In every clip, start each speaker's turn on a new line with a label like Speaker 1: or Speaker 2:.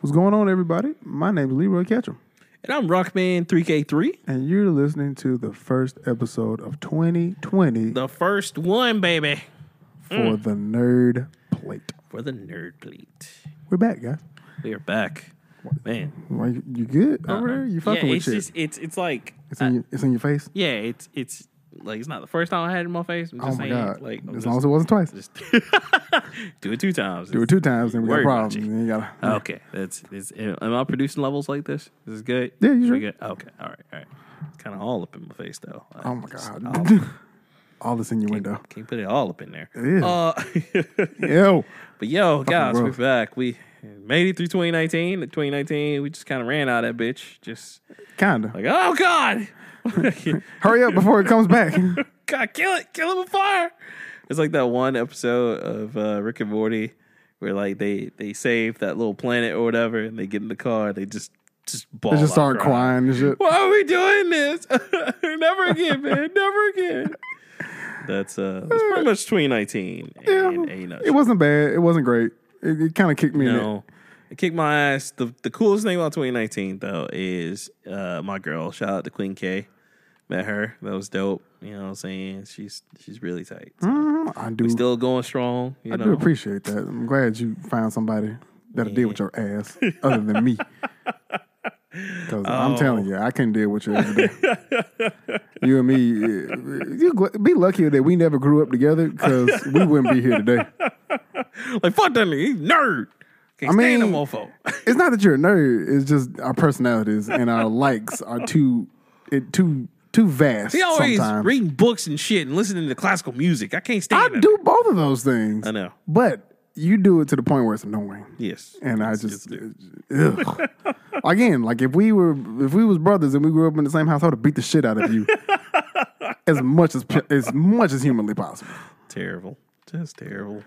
Speaker 1: What's going on, everybody? My name is Leroy Ketchum,
Speaker 2: And I'm Rockman3K3.
Speaker 1: and you're listening to the first episode of 2020
Speaker 2: The Mm. first one, baby.
Speaker 1: for the Nerd Plate.
Speaker 2: For the nerd plate.
Speaker 1: We're back, guys.
Speaker 2: We are back. Man.
Speaker 1: Why, you, you good over there? You fucking
Speaker 2: Uh-uh. yeah,
Speaker 1: with
Speaker 2: it's
Speaker 1: shit?
Speaker 2: just it's it's like uh,
Speaker 1: it's, in your, it's in your face.
Speaker 2: yeah, it's it's like it's not the first time I had it in my face. I'm
Speaker 1: Oh
Speaker 2: just
Speaker 1: my
Speaker 2: saying
Speaker 1: god!
Speaker 2: like I'm
Speaker 1: as long as it wasn't twice,
Speaker 2: just, just do it two times.
Speaker 1: do it two times, then we got
Speaker 2: Worry about
Speaker 1: problems.
Speaker 2: you. Uh,
Speaker 1: Then you gotta,
Speaker 2: Okay. That's it's am I producing levels like this? This is good?
Speaker 1: Yeah, you
Speaker 2: We
Speaker 1: sure?
Speaker 2: good? Okay. All right, all right. It's kinda all up in my face though.
Speaker 1: Oh my god! All this in your window.
Speaker 2: Can't put it all up in there.
Speaker 1: Ew.
Speaker 2: Uh
Speaker 1: Ew.
Speaker 2: But yo, guys, we're
Speaker 1: rough.
Speaker 2: back. We made it through 2019. In 2019, we just kind of ran out of that bitch. Just
Speaker 1: Kinda.
Speaker 2: like, oh god,
Speaker 1: Hurry up before it comes back.
Speaker 2: god, kill it, kill it with fire. It's like that one episode of uh, Rick and Morty where like they they save that little planet or whatever, and they get in the car, they just just ball.
Speaker 1: They just start
Speaker 2: out
Speaker 1: crying and shit.
Speaker 2: Why are we doing this? Never again, man. Never again. That's uh, that's pretty much 2019. And, and, you know,
Speaker 1: It wasn't bad. It wasn't great. It, it kind of kicked me in the
Speaker 2: No. It kicked my ass. The the coolest thing about 2019 though is uh my girl. Shout out to Queen K. Met her. That was dope. You know what I'm saying? She's she's really tight. So,
Speaker 1: Mhm. I do.
Speaker 2: Still going strong, you
Speaker 1: I do
Speaker 2: know.
Speaker 1: appreciate that. I'm glad you found somebody that'll deal with your ass other than me. Because I'm telling
Speaker 2: Oh.
Speaker 1: you, I couldn't deal with you every day. you and me, eh, you gl- be lucky that we never grew up together because we wouldn't be here today.
Speaker 2: like fuck that nigga, he nerd. Can't
Speaker 1: I
Speaker 2: stand
Speaker 1: mean-
Speaker 2: him, mofo.
Speaker 1: It's not that you're a nerd. It's just our personalities and our likes are too, it, too, too vast.
Speaker 2: He always
Speaker 1: sometimes.
Speaker 2: reading books and shit and listening to classical music. I can't stand
Speaker 1: I
Speaker 2: him.
Speaker 1: do both of those things.
Speaker 2: I know.
Speaker 1: but you do it to the point where it's annoying.
Speaker 2: Yes.
Speaker 1: and I just ugh. again, like if we were if we was brothers and we grew up in the same house, I would have beat the shit out of you as much as as much as humanly possible.
Speaker 2: terrible. Just terrible.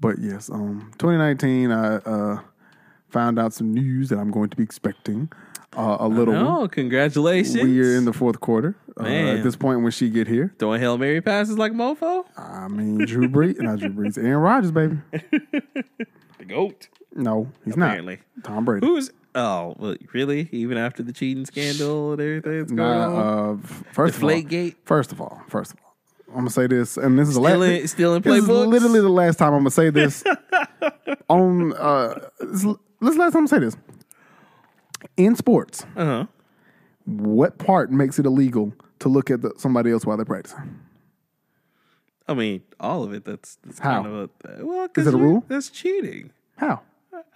Speaker 1: But yes, um, 2019, I uh, found out some news that I'm going to be expecting uh, a little. one.
Speaker 2: Oh, congratulations.
Speaker 1: We are in the fourth quarter uh,
Speaker 2: Man.
Speaker 1: at this point. When she get here,
Speaker 2: Throwing Hail Mary passes like a mofo?
Speaker 1: I mean Drew Brees, not Drew Brees, Aaron Rodgers, baby.
Speaker 2: The goat.
Speaker 1: No, he's
Speaker 2: Apparently.
Speaker 1: not. Tom Brady.
Speaker 2: Who's oh well, really? Even after the cheating scandal and everything that's going on,
Speaker 1: Nah, uh, f- first of all,
Speaker 2: Deflategate?
Speaker 1: First of all, first of all, I'm gonna say this, and this is the
Speaker 2: Still
Speaker 1: last.
Speaker 2: in- still in
Speaker 1: this is
Speaker 2: playbooks?
Speaker 1: literally the last time I'm gonna say this. on uh, this this is the last time I'm gonna say this. In sports,
Speaker 2: uh huh.
Speaker 1: what part makes it illegal to look at the, somebody else while they're practicing?
Speaker 2: I mean, all of it. That's, that's
Speaker 1: How?
Speaker 2: kind of a well. 'cause
Speaker 1: it a
Speaker 2: you-
Speaker 1: rule?
Speaker 2: That's cheating.
Speaker 1: How?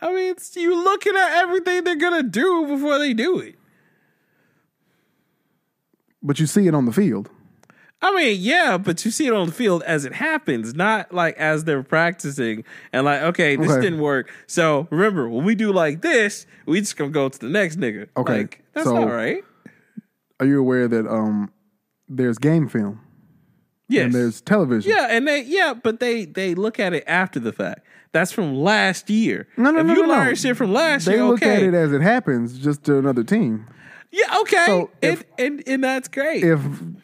Speaker 2: I mean, it's you looking at everything they're gonna do before they do it.
Speaker 1: But you see it on the field.
Speaker 2: I mean, yeah, but you see it on the field as it happens, not like as they're practicing and like, okay, this
Speaker 1: Okay.
Speaker 2: didn't work. So remember, when we do like this, we just gonna go to the next nigga.
Speaker 1: Okay,
Speaker 2: like, that's
Speaker 1: so-
Speaker 2: not right.
Speaker 1: Are you aware that um, there's game film
Speaker 2: Yes,
Speaker 1: and there's television?
Speaker 2: Yeah, and they yeah, but they they look at it after the fact. That's from last year.
Speaker 1: No, no,
Speaker 2: if
Speaker 1: no,
Speaker 2: you
Speaker 1: no, no.
Speaker 2: learn shit from last
Speaker 1: They
Speaker 2: year,
Speaker 1: look
Speaker 2: okay.
Speaker 1: at it as it happens, just to another team.
Speaker 2: yeah, okay.
Speaker 1: So if-
Speaker 2: and, and and that's great.
Speaker 1: if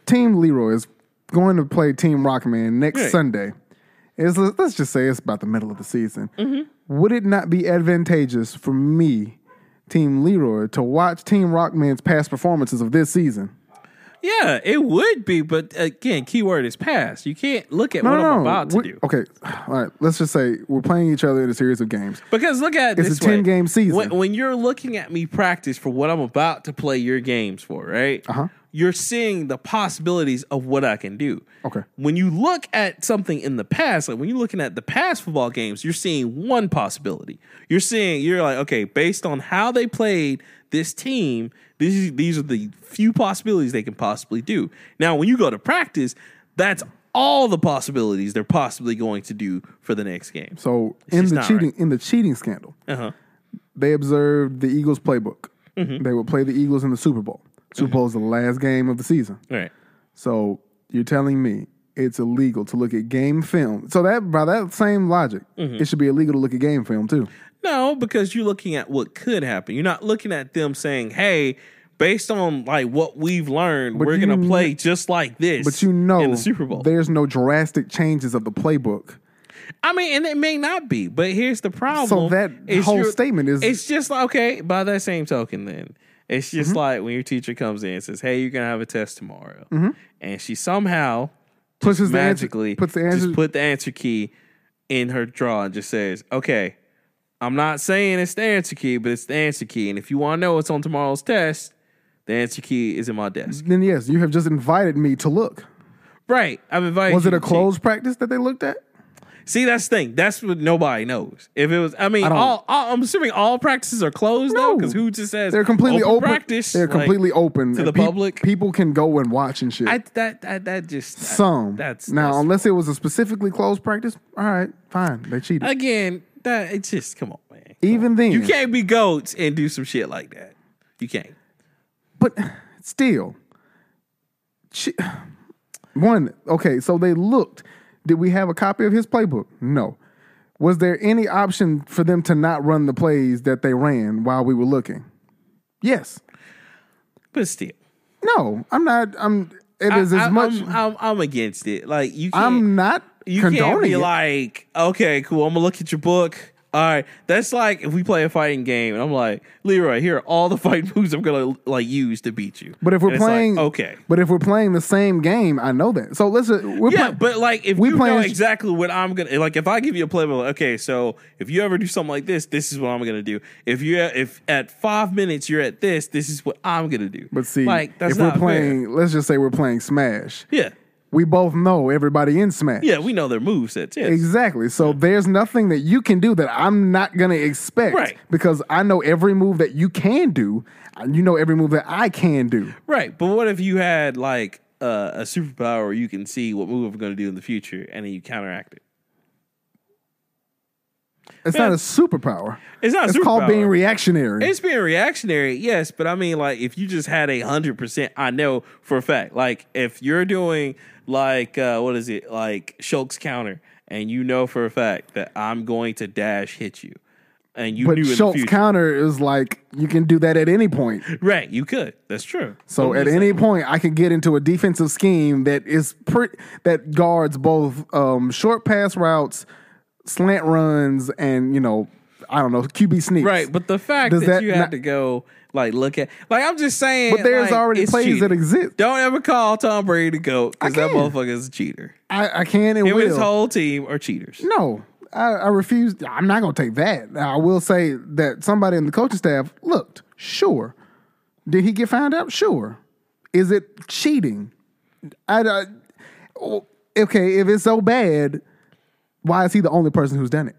Speaker 1: Team Leroy is going to play Team Rockman next
Speaker 2: Right.
Speaker 1: Sunday, it's, let's just say it's about the middle of the season. Would it not be advantageous for me, Team Leroy, to watch Team Rockman's past performances of this season?
Speaker 2: yeah, it would be, but again, keyword is past. You can't look at what I'm about to
Speaker 1: We-
Speaker 2: do.
Speaker 1: Okay, all right. Let's just say we're playing each other in a series of games.
Speaker 2: Because look at it
Speaker 1: It's
Speaker 2: this
Speaker 1: a 10
Speaker 2: way.
Speaker 1: game season.
Speaker 2: When, when you're looking at me practice for what I'm about to play your games for, right?
Speaker 1: Uh-huh.
Speaker 2: You're seeing the possibilities of what I can do.
Speaker 1: Okay.
Speaker 2: When you look at something in the past, like when you're looking at the past football games, you're seeing one possibility. You're seeing you're like, okay, based on how they played this team, these these are the few possibilities they can possibly do. Now, when you go to practice, that's all the possibilities they're possibly going to do for the next game.
Speaker 1: So in
Speaker 2: just
Speaker 1: the
Speaker 2: not
Speaker 1: cheating in the cheating scandal,
Speaker 2: Uh-huh. Mm-hmm.
Speaker 1: they observed the Eagles playbook. They would play the Eagles in the Super Bowl. Super Bowl is the last game of the season.
Speaker 2: All right.
Speaker 1: So you're telling me it's illegal to look at game film. So that by that same logic,
Speaker 2: Mm-hmm.
Speaker 1: it should be illegal to look at game film too.
Speaker 2: No, because you're looking at what could happen. You're not looking at them saying, "Hey, based on like what we've learned, we're
Speaker 1: you
Speaker 2: going
Speaker 1: kn-
Speaker 2: to play just like this."
Speaker 1: But you know,
Speaker 2: in the Super Bowl,
Speaker 1: there's no drastic changes of the playbook
Speaker 2: I mean, and it may not be, but here's the problem.
Speaker 1: So that
Speaker 2: It's
Speaker 1: whole
Speaker 2: your-
Speaker 1: statement is
Speaker 2: It's just like okay. By that same token, then it's just
Speaker 1: Mm-hmm.
Speaker 2: like when your teacher comes in and says, "Hey, you're gonna have a test tomorrow,"
Speaker 1: Mm-hmm.
Speaker 2: and she somehow
Speaker 1: pushes the answer,
Speaker 2: magically
Speaker 1: puts the answer.
Speaker 2: just put the answer key in her drawer and just says, "Okay, I'm not saying it's the answer key, but it's the answer key, and if you want to know what's on tomorrow's test, the answer key is in my desk."
Speaker 1: then yes, you have just invited me to look.
Speaker 2: Right? I've invited.
Speaker 1: Was it
Speaker 2: you
Speaker 1: a
Speaker 2: to-
Speaker 1: closed practice that they looked at?
Speaker 2: See, that's the thing. That's what nobody knows. If it was, I mean,
Speaker 1: don't-
Speaker 2: all, all I'm assuming all practices are closed though,
Speaker 1: No.
Speaker 2: because who just says
Speaker 1: They're completely open.
Speaker 2: practice?
Speaker 1: They're
Speaker 2: Like,
Speaker 1: completely open
Speaker 2: to the
Speaker 1: And peop-
Speaker 2: public?
Speaker 1: People can go and watch and shit.
Speaker 2: I, that, that that just that-
Speaker 1: Some
Speaker 2: that's
Speaker 1: now,
Speaker 2: that's-
Speaker 1: unless it was a specifically closed practice. All right, fine. They cheated.
Speaker 2: again that it's just come on, man.
Speaker 1: Even then,
Speaker 2: You can't be goats and do some shit like that. You can't.
Speaker 1: But still, she, one okay. So they looked. Did we have a copy of his playbook? No. Was there any option for them to not run the plays that they ran while we were looking? Yes.
Speaker 2: But still,
Speaker 1: No. I'm not. I'm. It is
Speaker 2: I,
Speaker 1: as
Speaker 2: I-
Speaker 1: much.
Speaker 2: I'm,
Speaker 1: I'm,
Speaker 2: I'm, I'm against it. Like you, can't,
Speaker 1: not
Speaker 2: you can't
Speaker 1: condoning
Speaker 2: be
Speaker 1: it.
Speaker 2: like, okay, cool. I'm gonna look at your book. All right, that's like if we play a fighting game, and I'm like, Leroy, here are all the fighting moves I'm gonna like use to beat you.
Speaker 1: But if we're
Speaker 2: And it's like,
Speaker 1: playing,
Speaker 2: okay,
Speaker 1: But if we're playing the same game, I know that. So let's. uh, We're
Speaker 2: yeah,
Speaker 1: play-
Speaker 2: but like if
Speaker 1: we
Speaker 2: you know
Speaker 1: playing-
Speaker 2: exactly what I'm gonna like, if I give you a playbook, okay, so if you ever do something like this, this is what I'm gonna do. If you if at five minutes you're at this, this is what I'm gonna do.
Speaker 1: But see,
Speaker 2: like that's
Speaker 1: if
Speaker 2: not
Speaker 1: we're playing, let's just say we're playing Smash.
Speaker 2: fair. yeah,
Speaker 1: We both know everybody in Smash.
Speaker 2: yeah, we know their movesets. Yes.
Speaker 1: Exactly. So there's nothing that you can do that I'm not going to expect
Speaker 2: Right.
Speaker 1: because I know every move that you can do, and you know every move that I can do.
Speaker 2: Right, but what if you had like uh, a superpower where you can see what move I'm going to do in the future, and then you counteract it?
Speaker 1: It's not a superpower.
Speaker 2: It's not. A
Speaker 1: It's
Speaker 2: superpower.
Speaker 1: called being reactionary.
Speaker 2: It's being reactionary, yes, but I mean, like, if you just had a hundred percent, I know for a fact. Like, if you're doing like uh, what is it, like Shulk's counter, and you know for a fact that I'm going to dash hit you, and you
Speaker 1: but
Speaker 2: knew in the
Speaker 1: Schultz
Speaker 2: future,
Speaker 1: counter is like you can do that at any point.
Speaker 2: right? You could. That's true.
Speaker 1: So
Speaker 2: I'm
Speaker 1: at
Speaker 2: just
Speaker 1: any point, I can get into a defensive scheme that is pretty that guards both um, short pass routes, slant runs, and you know I don't know QB sneaks.
Speaker 2: Right, but the fact
Speaker 1: Does
Speaker 2: that,
Speaker 1: that
Speaker 2: you had
Speaker 1: not-
Speaker 2: to go like look at like I'm just saying,
Speaker 1: But there's
Speaker 2: like,
Speaker 1: already
Speaker 2: it's
Speaker 1: plays that
Speaker 2: cheating.
Speaker 1: exist.
Speaker 2: Don't ever call Tom Brady a goat because that
Speaker 1: can.
Speaker 2: motherfucker is a cheater.
Speaker 1: I, I can and
Speaker 2: Him and his
Speaker 1: will.
Speaker 2: whole team are cheaters.
Speaker 1: No, I, I refuse. I'm not going to take that. Now, I will say that somebody in the coaching staff looked. Sure. Did he get found out? Sure. Is it cheating? I, I, oh, okay, if it's so bad, why is he the only person who's done it?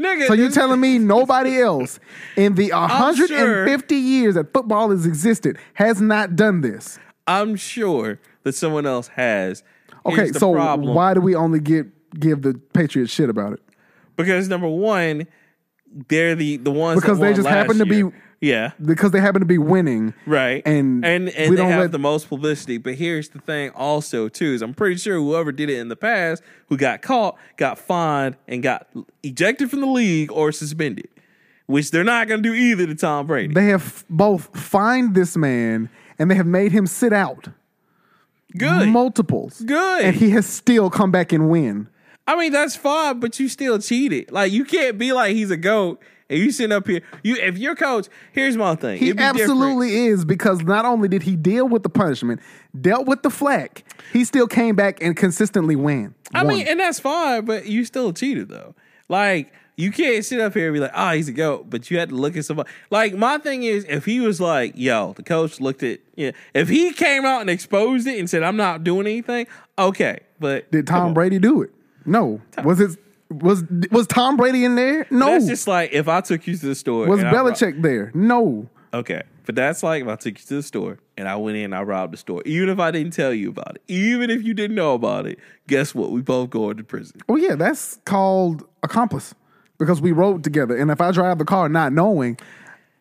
Speaker 2: Nigga,
Speaker 1: So you're
Speaker 2: this-
Speaker 1: telling me nobody else in the 150 years that football has existed has not done this?
Speaker 2: I'm sure that someone else has.
Speaker 1: Okay,
Speaker 2: Here's the
Speaker 1: so
Speaker 2: problem.
Speaker 1: why do we only get give the Patriots shit about it?
Speaker 2: Because number one, they're the the ones
Speaker 1: Because
Speaker 2: that
Speaker 1: they
Speaker 2: won
Speaker 1: just
Speaker 2: last
Speaker 1: happen to be-
Speaker 2: year. yeah.
Speaker 1: Because they happen to be winning.
Speaker 2: Right.
Speaker 1: And
Speaker 2: and, and
Speaker 1: we
Speaker 2: they
Speaker 1: don't
Speaker 2: have
Speaker 1: let-
Speaker 2: the most publicity. But here's the thing also too is I'm pretty sure whoever did it in the past who got caught got fined and got ejected from the league or suspended. Which they're not gonna do either to Tom Brady.
Speaker 1: They have both fined this man and they have made him sit out
Speaker 2: Good.
Speaker 1: multiples.
Speaker 2: Good.
Speaker 1: And he has still come back and win.
Speaker 2: I mean, that's fine, but you still cheated. Like you can't be like he's a goat and you sitting up here. You if your coach, here's my thing.
Speaker 1: He
Speaker 2: It'd be
Speaker 1: absolutely is because not only did he deal with the punishment, dealt with the flack, he still came back and consistently win.
Speaker 2: I
Speaker 1: won.
Speaker 2: mean, and that's fine, but you still cheated though. Like you can't sit up here and be like, "Oh, he's a goat," but you had to look at somebody. Like my thing is, if he was like, "Yo," the coach looked at, yeah, if he came out and exposed it and said, "I'm not doing anything," okay, but
Speaker 1: did Tom Brady do it? No. Was it was was Tom Brady in there? No.
Speaker 2: that's just like if I took you to the store,
Speaker 1: was
Speaker 2: and I rob-
Speaker 1: Belichick there? No.
Speaker 2: Okay. But that's like if I took you to the store and I went in and I robbed the store. Even if I didn't tell you about it, even if you didn't know about it, guess what? We both going to prison.
Speaker 1: Well, yeah, that's called accomplice because we rode together. And if I drive the car not knowing,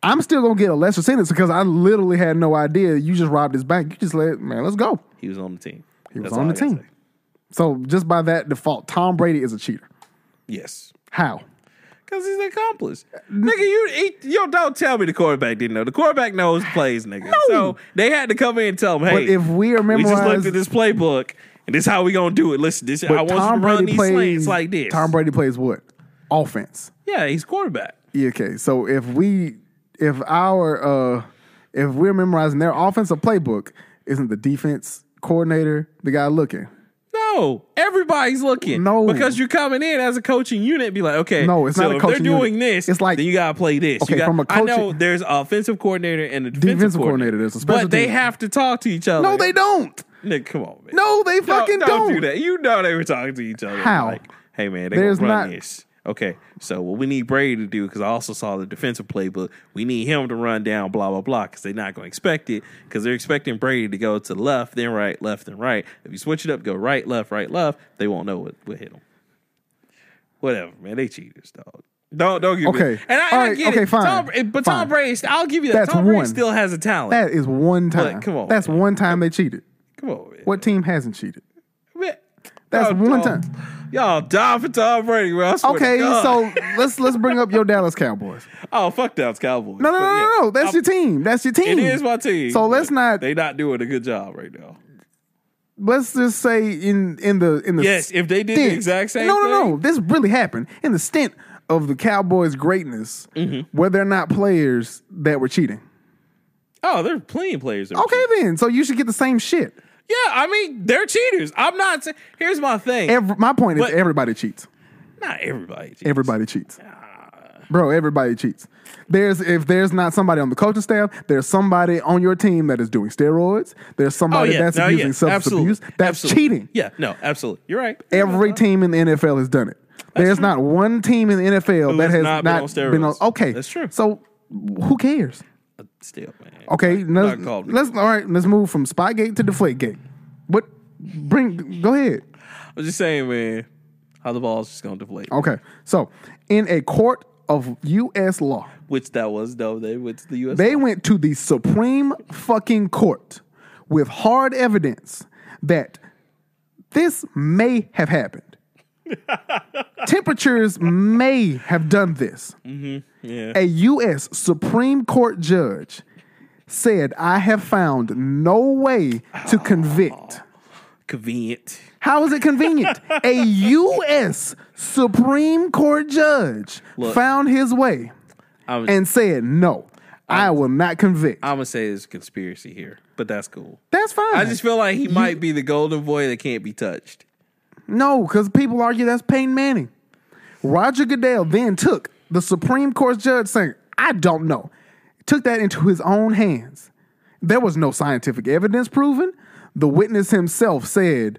Speaker 1: I'm still gonna get a lesser sentence because I literally had no idea. You just robbed this bank. You just let man, let's go.
Speaker 2: He was on the team.
Speaker 1: He was on the team. So just by that default, Tom Brady is a cheater.
Speaker 2: Yes.
Speaker 1: How?
Speaker 2: Because he's an accomplice. nigga, you he, yo, don't tell me the quarterback didn't know. The quarterback knows plays, nigga. So they had to come in and tell him, hey,
Speaker 1: But if we are
Speaker 2: we just
Speaker 1: memorized,
Speaker 2: looked at this playbook And this is how we gonna do it. Listen, this I
Speaker 1: But
Speaker 2: want you to
Speaker 1: Tom
Speaker 2: run
Speaker 1: Brady
Speaker 2: these
Speaker 1: plays
Speaker 2: lanes like this.
Speaker 1: Tom Brady plays what? Offense.
Speaker 2: yeah, he's quarterback.
Speaker 1: Yeah, okay. So if we if our uh if we're memorizing their offensive playbook, isn't the defense coordinator the guy looking?
Speaker 2: No, everybody's looking.
Speaker 1: No.
Speaker 2: because you're coming in as a coaching unit. Be like, okay,
Speaker 1: No, it's
Speaker 2: so
Speaker 1: not a
Speaker 2: if
Speaker 1: coaching
Speaker 2: they're
Speaker 1: unit.
Speaker 2: doing this.
Speaker 1: It's like-
Speaker 2: then you gotta play this. You
Speaker 1: Okay,
Speaker 2: got-
Speaker 1: from a
Speaker 2: I know
Speaker 1: coaching-
Speaker 2: there's an offensive coordinator and a defensive,
Speaker 1: Defensive
Speaker 2: coordinator.
Speaker 1: coordinator. There's a special
Speaker 2: but they
Speaker 1: team.
Speaker 2: have to talk to each other.
Speaker 1: No, they don't.
Speaker 2: Nigga, come on, man.
Speaker 1: No, they
Speaker 2: Don't-
Speaker 1: fucking
Speaker 2: don't,
Speaker 1: don't.
Speaker 2: do that. You know they were talking to each other.
Speaker 1: How?
Speaker 2: Like, hey man, they
Speaker 1: There's
Speaker 2: gonna run
Speaker 1: not-
Speaker 2: this. Okay, so what we need Brady to do because I also saw the defensive playbook. We need him to run down blah blah blah because they're not going to expect it because they're expecting Brady to go to left then right left then right. If you switch it up, go right left right left, they won't know what what hit them. Whatever, man. They cheaters, dog. Don't don't give me.
Speaker 1: Okay.
Speaker 2: and
Speaker 1: All
Speaker 2: I, and I
Speaker 1: right,
Speaker 2: get
Speaker 1: okay,
Speaker 2: it.
Speaker 1: fine,
Speaker 2: Tom, but Tom
Speaker 1: fine.
Speaker 2: Brady, I'll give you that.
Speaker 1: That's
Speaker 2: Tom Brady
Speaker 1: one.
Speaker 2: still has a talent.
Speaker 1: That is one time.
Speaker 2: come on,
Speaker 1: That's one time they cheated.
Speaker 2: Come on, man.
Speaker 1: What team hasn't cheated?
Speaker 2: Man,
Speaker 1: That's
Speaker 2: y'all-
Speaker 1: one
Speaker 2: y'all-
Speaker 1: time.
Speaker 2: Y'all die for Tom Brady, bro. I swear to
Speaker 1: Okay,
Speaker 2: God.
Speaker 1: so let's let's bring up your Dallas Cowboys.
Speaker 2: oh fuck Dallas Cowboys.
Speaker 1: No, no, no, no, no. That's your team. That's your team.
Speaker 2: It is my team.
Speaker 1: So let's
Speaker 2: but
Speaker 1: not-
Speaker 2: They not doing a good job right now.
Speaker 1: let's just say in in the in the
Speaker 2: Yes, if they did the exact same
Speaker 1: No, no,
Speaker 2: thing-
Speaker 1: no. This really happened in the stint of the Cowboys' greatness.
Speaker 2: Mm-hmm.
Speaker 1: Were there not players that were cheating?
Speaker 2: Oh, they're playing players. that are
Speaker 1: Okay,
Speaker 2: cheating.
Speaker 1: then. So you should get the same shit.
Speaker 2: Yeah, I mean they're cheaters. I'm not. sa- Here's my thing.
Speaker 1: Every, my point
Speaker 2: But-
Speaker 1: is everybody cheats.
Speaker 2: not everybody. Cheats.
Speaker 1: Everybody cheats. Bro, everybody cheats. There's if there's not somebody on the coaching staff, there's somebody on your team that is doing steroids. There's
Speaker 2: Oh
Speaker 1: somebody
Speaker 2: yeah,
Speaker 1: that's
Speaker 2: no,
Speaker 1: abusing
Speaker 2: yeah,
Speaker 1: substance
Speaker 2: absolutely.
Speaker 1: abuse. That's
Speaker 2: Absolutely. Uh-huh.
Speaker 1: cheating.
Speaker 2: Yeah, no, absolutely. You're right.
Speaker 1: Every team in the NFL has done it. There's not one team in the NFL
Speaker 2: Who
Speaker 1: that
Speaker 2: has
Speaker 1: has
Speaker 2: not
Speaker 1: not,
Speaker 2: been on
Speaker 1: been on.
Speaker 2: steroids.
Speaker 1: Okay,
Speaker 2: That's true.
Speaker 1: So who cares?
Speaker 2: But Uh, Still, man.
Speaker 1: Okay, let's,
Speaker 2: not called.
Speaker 1: let's all right. Let's move from Spygate to Deflategate. What? Bring. Go ahead.
Speaker 2: I'm just saying, man. How the ball's just gonna deflate.
Speaker 1: Okay. So in a court of U.S. law,
Speaker 2: Which that was though. They went to the U.S.
Speaker 1: they went to the Supreme fucking court with hard evidence that this may have happened. Temperatures may have done this.
Speaker 2: yeah.
Speaker 1: a U.S. Supreme Court judge said, I have found no way to convict.
Speaker 2: Convenient.
Speaker 1: How is it convenient? a U.S. Supreme Court judge found his way
Speaker 2: I was,
Speaker 1: and said, No, I will not convict.
Speaker 2: I'm gonna say it's a conspiracy here, but that's cool.
Speaker 1: That's fine.
Speaker 2: I just feel like he might be the golden boy that can't be touched.
Speaker 1: no, because people argue that's Peyton Manning. Roger Goodell then took the Supreme Court judge saying, I don't know, took that into his own hands. There was no scientific evidence proven. The witness himself said,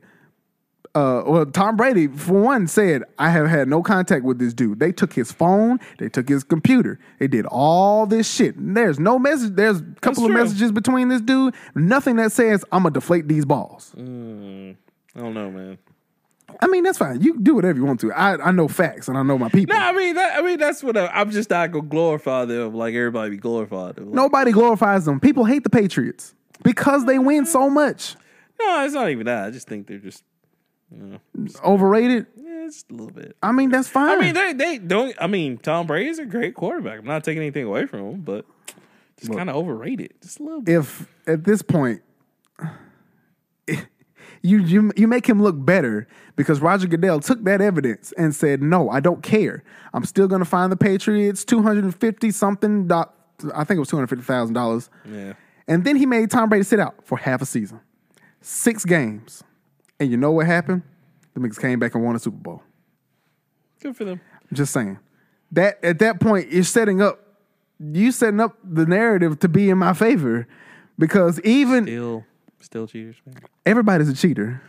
Speaker 1: uh, well, Tom Brady, for one, said, I have had no contact with this dude. They took his phone, they took his computer, they did all this shit. There's no message, there's a couple of
Speaker 2: true.
Speaker 1: messages between this dude, nothing that says, I'm gonna deflate these balls.
Speaker 2: I don't know, man.
Speaker 1: I mean, that's fine. You can do whatever you want to. I, I know facts and I know my people.
Speaker 2: No, I mean, that, I mean, that's what I, I'm just not gonna glorify them like everybody be glorified. Them. Like,
Speaker 1: Nobody glorifies them. People hate the Patriots because they win so much.
Speaker 2: no, it's not even that. I just think they're just,
Speaker 1: Overrated.
Speaker 2: yeah, just a little bit.
Speaker 1: I mean, that's fine.
Speaker 2: I mean, they they don't. I mean, Tom Brady's a great quarterback. I'm not taking anything away from him, but just kind of overrated, just a little bit.
Speaker 1: if at this point you, you you make him look better because Roger Goodell took that evidence and said, "No, I don't care. I'm still going to find the Patriots 250 something do- I think it was $250,000."
Speaker 2: Yeah,
Speaker 1: And then he made Tom Brady sit out for half a season. 6 games. And you know what happened? The niggas came back and won a Super Bowl.
Speaker 2: good for them.
Speaker 1: Just saying. That at that point, you're setting up you setting up the narrative to be in my favor because even
Speaker 2: Still, still cheaters, man.
Speaker 1: everybody's a cheater.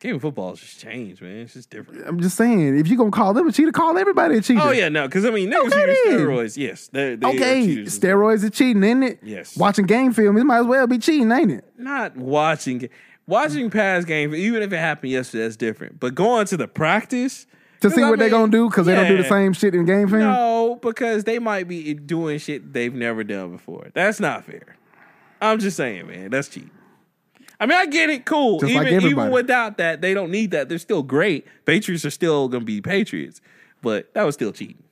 Speaker 2: Game of football has just changed, man. It's just different.
Speaker 1: I'm just saying, if you're gonna call them a cheater, call everybody a cheater.
Speaker 2: Oh yeah, no, because I mean, niggas
Speaker 1: Okay,
Speaker 2: who use
Speaker 1: then.
Speaker 2: steroids, yes, they, they are
Speaker 1: Okay,
Speaker 2: cheaters.
Speaker 1: steroids are cheating, isn't it?
Speaker 2: Yes.
Speaker 1: Watching game film, it might as well be cheating, ain't it?
Speaker 2: not watching watching past games, even if it happened yesterday, that's different. But going to the practice
Speaker 1: To see what they're gonna do because they don't do the
Speaker 2: yeah.
Speaker 1: same shit in game film.
Speaker 2: No, because they might be doing shit they've never done before. That's not fair. I'm just saying, man, that's cheap. I mean, I get it, cool.
Speaker 1: Just
Speaker 2: even
Speaker 1: like
Speaker 2: even
Speaker 1: everybody.
Speaker 2: without that, they don't need that. They're still great. Patriots are still gonna be Patriots, but that was still cheating.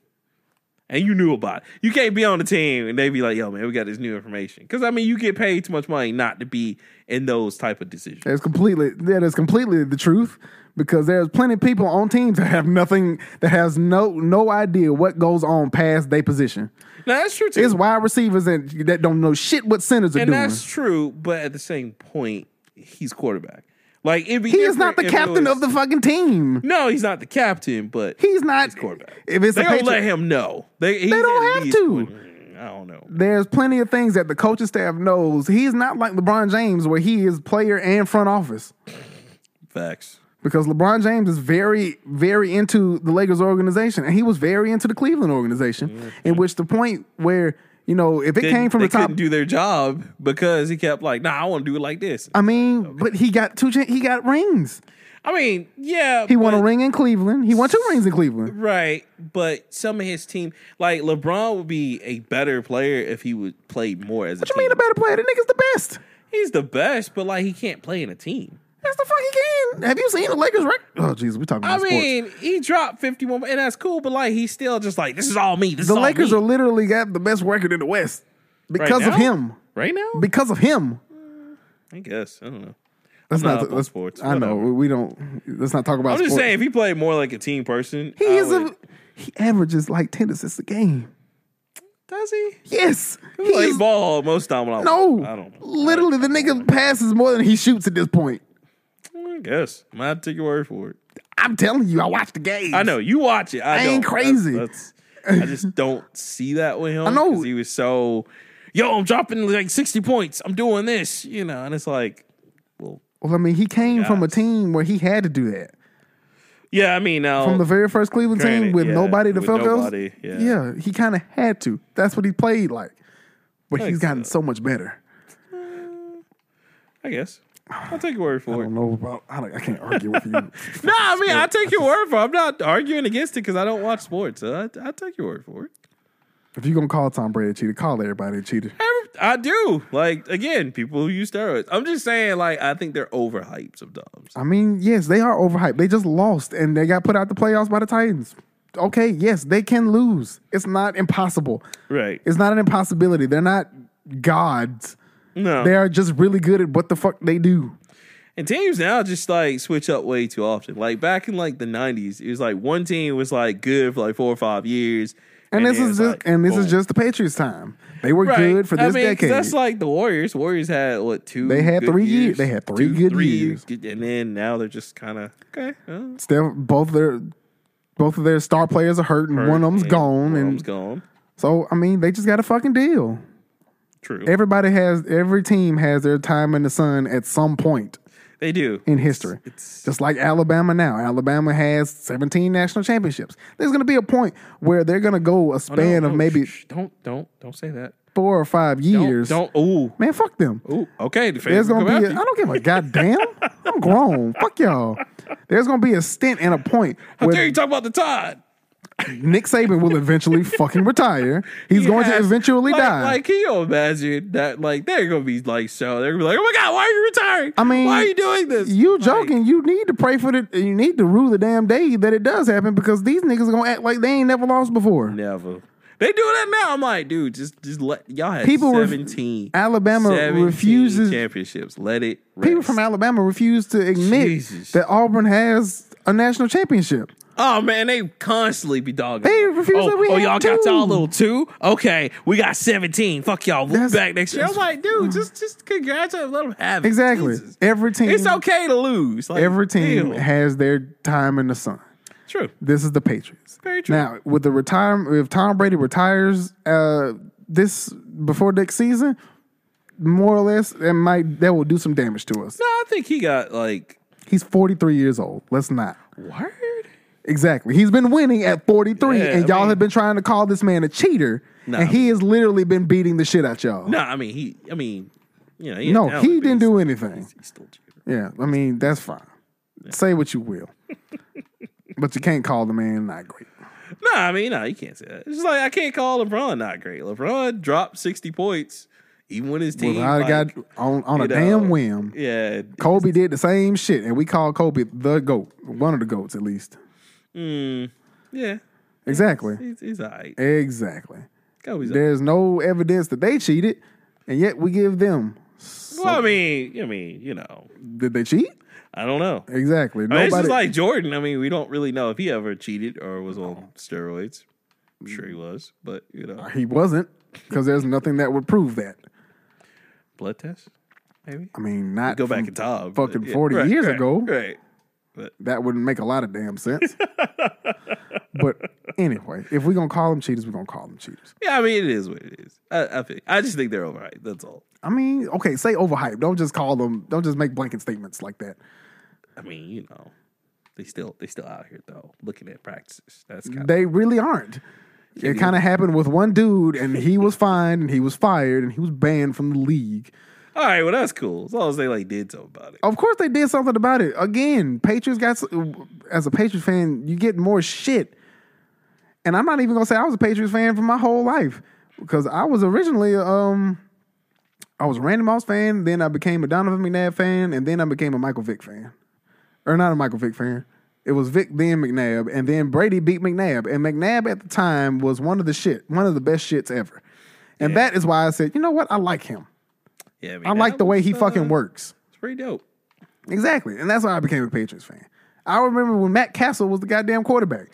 Speaker 2: and you knew about it. You can't be on the team and they be like, "Yo, man, we got this new information." Because I mean, you get paid too much money not to be in those type of decisions.
Speaker 1: That's completely that is completely the truth because there's plenty of people on teams that have nothing that has no no idea what goes on past their position.
Speaker 2: Now that's true too,
Speaker 1: It's wide receivers that, that don't know shit what centers are
Speaker 2: and
Speaker 1: doing.
Speaker 2: that's true. But at the same point, he's quarterback. Like it'd be
Speaker 1: He is not the
Speaker 2: different if it
Speaker 1: captain
Speaker 2: was-
Speaker 1: of the fucking team.
Speaker 2: No, he's not the captain, but
Speaker 1: He's not
Speaker 2: He's quarterback.
Speaker 1: If it's
Speaker 2: they
Speaker 1: a
Speaker 2: don't
Speaker 1: Patriot,
Speaker 2: let him know. They, he's
Speaker 1: don't
Speaker 2: at
Speaker 1: have
Speaker 2: least
Speaker 1: to.
Speaker 2: one- Mm, I don't know.
Speaker 1: there's plenty of things that the coaching staff knows. He's not like LeBron James where he is player and front office.
Speaker 2: Facts.
Speaker 1: because LeBron James is very, very into the Lakers organization, and he was very into the Cleveland organization. In which the point where you know if it
Speaker 2: They-
Speaker 1: came from
Speaker 2: Mm-hmm. they
Speaker 1: the top,
Speaker 2: couldn't do their job because he kept like, "Nah, I want to do it like this."
Speaker 1: I mean, but he got two, cha- he got rings.
Speaker 2: I mean, yeah,
Speaker 1: He won a
Speaker 2: but-
Speaker 1: ring in Cleveland. He won two rings in Cleveland.
Speaker 2: Right, but some of his team, like LeBron, would be a better player if he would play more as a
Speaker 1: What
Speaker 2: team.
Speaker 1: you mean a better player? The nigga's the best.
Speaker 2: He's the best, but like he can't play in a team.
Speaker 1: That's the fuck he can. Have you seen the Lakers record? Oh Jesus, we talking
Speaker 2: I
Speaker 1: about sports.
Speaker 2: mean, he dropped fifty one, and that's cool. But like, he's still just like, this is all me. This
Speaker 1: the
Speaker 2: is all
Speaker 1: Lakers
Speaker 2: me.
Speaker 1: are literally got the best record in the West because of
Speaker 2: now?
Speaker 1: him.
Speaker 2: right now.
Speaker 1: Because of him.
Speaker 2: I guess I don't know.
Speaker 1: That's
Speaker 2: I'm not
Speaker 1: not,
Speaker 2: up on
Speaker 1: that's,
Speaker 2: sports.
Speaker 1: I know we don't. Let's not talk about.
Speaker 2: I'm just
Speaker 1: sports.
Speaker 2: saying, if he played more like a team person,
Speaker 1: He
Speaker 2: I
Speaker 1: is
Speaker 2: would-
Speaker 1: a he averages like ten assists a game.
Speaker 2: does he?
Speaker 1: Yes, he
Speaker 2: He play
Speaker 1: is-
Speaker 2: ball most time when I
Speaker 1: no.
Speaker 2: I don't know.
Speaker 1: Literally, the nigga passes more than he shoots at this point.
Speaker 2: I guess I'm gonna take your word for it.
Speaker 1: I'm telling you, I watched the game.
Speaker 2: I know you watch it. I,
Speaker 1: I ain't
Speaker 2: don't.
Speaker 1: crazy.
Speaker 2: That's, that's- I just don't see that with him. I
Speaker 1: know.
Speaker 2: he was so, yo, I'm dropping like 60 points. I'm doing this, you know, and it's like, well,
Speaker 1: Well, I mean, he came from a
Speaker 2: Guys.
Speaker 1: team where he had to do that
Speaker 2: yeah. I mean, now
Speaker 1: from the very first Cleveland team
Speaker 2: Granted,
Speaker 1: with
Speaker 2: yeah,
Speaker 1: nobody to
Speaker 2: with
Speaker 1: fill those.
Speaker 2: nobody, yeah.
Speaker 1: he kind of had to. That's what he played like. But he's
Speaker 2: Makes
Speaker 1: gotten so much better.
Speaker 2: I guess I'll take your word
Speaker 1: I
Speaker 2: for it.
Speaker 1: don't know about. I, don't, I can't argue with you.
Speaker 2: No, I mean, I take your word for it. I'm not arguing against it because I don't watch sports. So I, I take your word for it.
Speaker 1: If you're gonna call Tom Brady a cheater, call everybody a cheater.
Speaker 2: Every- I do. Like, again, people who use steroids. I'm just saying, like, I think they're overhyped sometimes.
Speaker 1: I mean, yes, they are overhyped. They just lost and they got put out the playoffs by the Titans. Okay, yes, they can lose. It's not impossible.
Speaker 2: Right.
Speaker 1: It's not an impossibility. They're not gods.
Speaker 2: No.
Speaker 1: They are just really good at what the fuck they do.
Speaker 2: And teams now just like switch up way too often. Like back in like the nineties, it was like one team was like good for like four or five years,
Speaker 1: And, this
Speaker 2: then
Speaker 1: is
Speaker 2: it's,
Speaker 1: just
Speaker 2: like,
Speaker 1: and this is
Speaker 2: boom.
Speaker 1: just the Patriots' time. They were good for
Speaker 2: I
Speaker 1: this
Speaker 2: mean, 'cause
Speaker 1: decade.
Speaker 2: That's like the Warriors. Warriors had what two?
Speaker 1: They had
Speaker 2: good
Speaker 1: three years. They had three good years.
Speaker 2: good- and then now they're just kind of okay. well,
Speaker 1: Still, both their both of their star players are hurt, and one of them's
Speaker 2: and
Speaker 1: gone.
Speaker 2: One of
Speaker 1: and
Speaker 2: them's gone.
Speaker 1: so, I mean, they just got a fucking deal.
Speaker 2: True,
Speaker 1: Everybody has every team has their time in the sun at some point.
Speaker 2: they do.
Speaker 1: in history.
Speaker 2: it's-
Speaker 1: Just like Alabama now. Alabama has 17 national championships. There's going to be a point where they're going to go a
Speaker 2: Oh, No,
Speaker 1: span
Speaker 2: no,
Speaker 1: of maybe
Speaker 2: shh, shh, don't don't don't say that.
Speaker 1: four or five
Speaker 2: Don't-
Speaker 1: years.
Speaker 2: Don't. Oh, Ooh.
Speaker 1: Man, fuck them.
Speaker 2: Ooh. Okay. The
Speaker 1: There's
Speaker 2: fans
Speaker 1: going
Speaker 2: will
Speaker 1: to
Speaker 2: come
Speaker 1: be, a,
Speaker 2: after
Speaker 1: I
Speaker 2: you.
Speaker 1: don't give a goddamn. I'm grown. Fuck y'all. There's going to be a stint and a point
Speaker 2: How dare
Speaker 1: where
Speaker 2: you talk about the Todd?
Speaker 1: Nick Saban will eventually fucking retire. He's going to
Speaker 2: has-
Speaker 1: eventually
Speaker 2: like,
Speaker 1: die.
Speaker 2: Like, can you imagine that? Like, they're gonna be like, so they're gonna be like, oh my god, why are you retiring? I
Speaker 1: mean,
Speaker 2: why are you doing this?
Speaker 1: you
Speaker 2: Like,
Speaker 1: joking. You need to pray for the, you need to rue the damn day that it does happen because these niggas are going to act like they ain't never lost before.
Speaker 2: never. They do that now. I'm like, dude, just just let y'all had
Speaker 1: People ref-
Speaker 2: 17.
Speaker 1: Alabama
Speaker 2: 17
Speaker 1: refuses-
Speaker 2: championships. Let it. Rest.
Speaker 1: People from Alabama refuse to admit
Speaker 2: Jesus.
Speaker 1: that Auburn has a national championship.
Speaker 2: Oh man, they constantly be dogging.
Speaker 1: They
Speaker 2: them.
Speaker 1: refuse
Speaker 2: oh,
Speaker 1: that we
Speaker 2: oh
Speaker 1: have
Speaker 2: y'all
Speaker 1: two.
Speaker 2: got y'all little two. Okay, we got 17. Fuck y'all. We'll
Speaker 1: That's-
Speaker 2: be back next year. I'm
Speaker 1: that's- uh-huh.
Speaker 2: like, dude, just just congratulate. Let them have it.
Speaker 1: Exactly.
Speaker 2: Jesus.
Speaker 1: Every team,
Speaker 2: It's okay to lose. Like,
Speaker 1: every team
Speaker 2: damn.
Speaker 1: has their time in the sun.
Speaker 2: True.
Speaker 1: This is the Patriots.
Speaker 2: Very true.
Speaker 1: Now, with the retirement, if Tom Brady retires uh, this before next season, more or less, that might that will do some damage to us.
Speaker 2: No, I think he got like
Speaker 1: He's forty three years old. Let's not.
Speaker 2: word.
Speaker 1: Exactly. He's been winning at 43,
Speaker 2: Yeah,
Speaker 1: and
Speaker 2: I
Speaker 1: y'all
Speaker 2: mean-
Speaker 1: have been trying to call this man a cheater,
Speaker 2: Nah,
Speaker 1: and
Speaker 2: I
Speaker 1: he has literally been beating the shit out y'all.
Speaker 2: No, I mean he. I mean, you know, he
Speaker 1: No,
Speaker 2: had talent,
Speaker 1: he
Speaker 2: but
Speaker 1: didn't
Speaker 2: he's-
Speaker 1: do anything.
Speaker 2: He's still cheating.
Speaker 1: Yeah, I mean that's fine. Say what you will, but you can't call the man not great.
Speaker 2: No, I mean, no, you can't say that. It's just like I can't call LeBron not great. LeBron dropped sixty points, even when his team.
Speaker 1: I
Speaker 2: like, uh,
Speaker 1: got on on a
Speaker 2: you know,
Speaker 1: damn whim.
Speaker 2: Yeah,
Speaker 1: Kobe did the same shit, and we called Kobe the goat, one of the goats at least.
Speaker 2: yeah.
Speaker 1: Exactly.
Speaker 2: He's, he's all right.
Speaker 1: Exactly.
Speaker 2: Go, he's all right.
Speaker 1: There's no evidence that they cheated, and yet we give them.
Speaker 2: Well, I mean, I mean, you know,
Speaker 1: Did they cheat?
Speaker 2: I don't know.
Speaker 1: Exactly.
Speaker 2: I mean, it's
Speaker 1: Nobody.
Speaker 2: just like Jordan. I mean, we don't really know if he ever cheated or was
Speaker 1: Oh.
Speaker 2: on steroids. I'm sure he was, but you know,
Speaker 1: he wasn't, because there's nothing that would prove that.
Speaker 2: blood test, maybe.
Speaker 1: I mean, not
Speaker 2: Go back
Speaker 1: from-
Speaker 2: in time. but
Speaker 1: fucking
Speaker 2: yeah,
Speaker 1: 40
Speaker 2: right,
Speaker 1: years
Speaker 2: right,
Speaker 1: ago.
Speaker 2: right?
Speaker 1: That wouldn't make a lot of damn sense. but anyway, if we're gonna call them cheaters, we're gonna call them cheaters.
Speaker 2: Yeah, I mean, it is what it is. I, I think. I just think they're overhyped. That's all.
Speaker 1: I mean, okay, say overhyped. Don't just call them. Don't just make blanket statements like that.
Speaker 2: I mean, you know, they still they still out here though, looking at practices. That's kind of
Speaker 1: They really aren't. It kind of happened with one dude, and he was fined, and he was fired, and he was banned from the league.
Speaker 2: all right. Well, that's cool as long as they like did something about it.
Speaker 1: Of course, they did something about it. Again, Patriots got as a Patriots fan, you get more shit. And I'm not even gonna say I was a Patriots fan for my whole life because I was originally um, I was a Randy Moss fan, then I became a Donovan McNabb fan, and then I became a Michael Vick fan, or not a Michael Vick fan. It was Vick then McNabb, and then Brady beat McNabb, and McNabb at the time was one of the shit, one of the best shits ever. And that is why I said, you know what, I like him.
Speaker 2: Yeah, mean,
Speaker 1: I like
Speaker 2: that
Speaker 1: the way
Speaker 2: was,
Speaker 1: he
Speaker 2: uh,
Speaker 1: fucking works.
Speaker 2: It's pretty dope.
Speaker 1: Exactly. And that's why I became a Patriots fan. I remember when Matt Castle was the goddamn quarterback.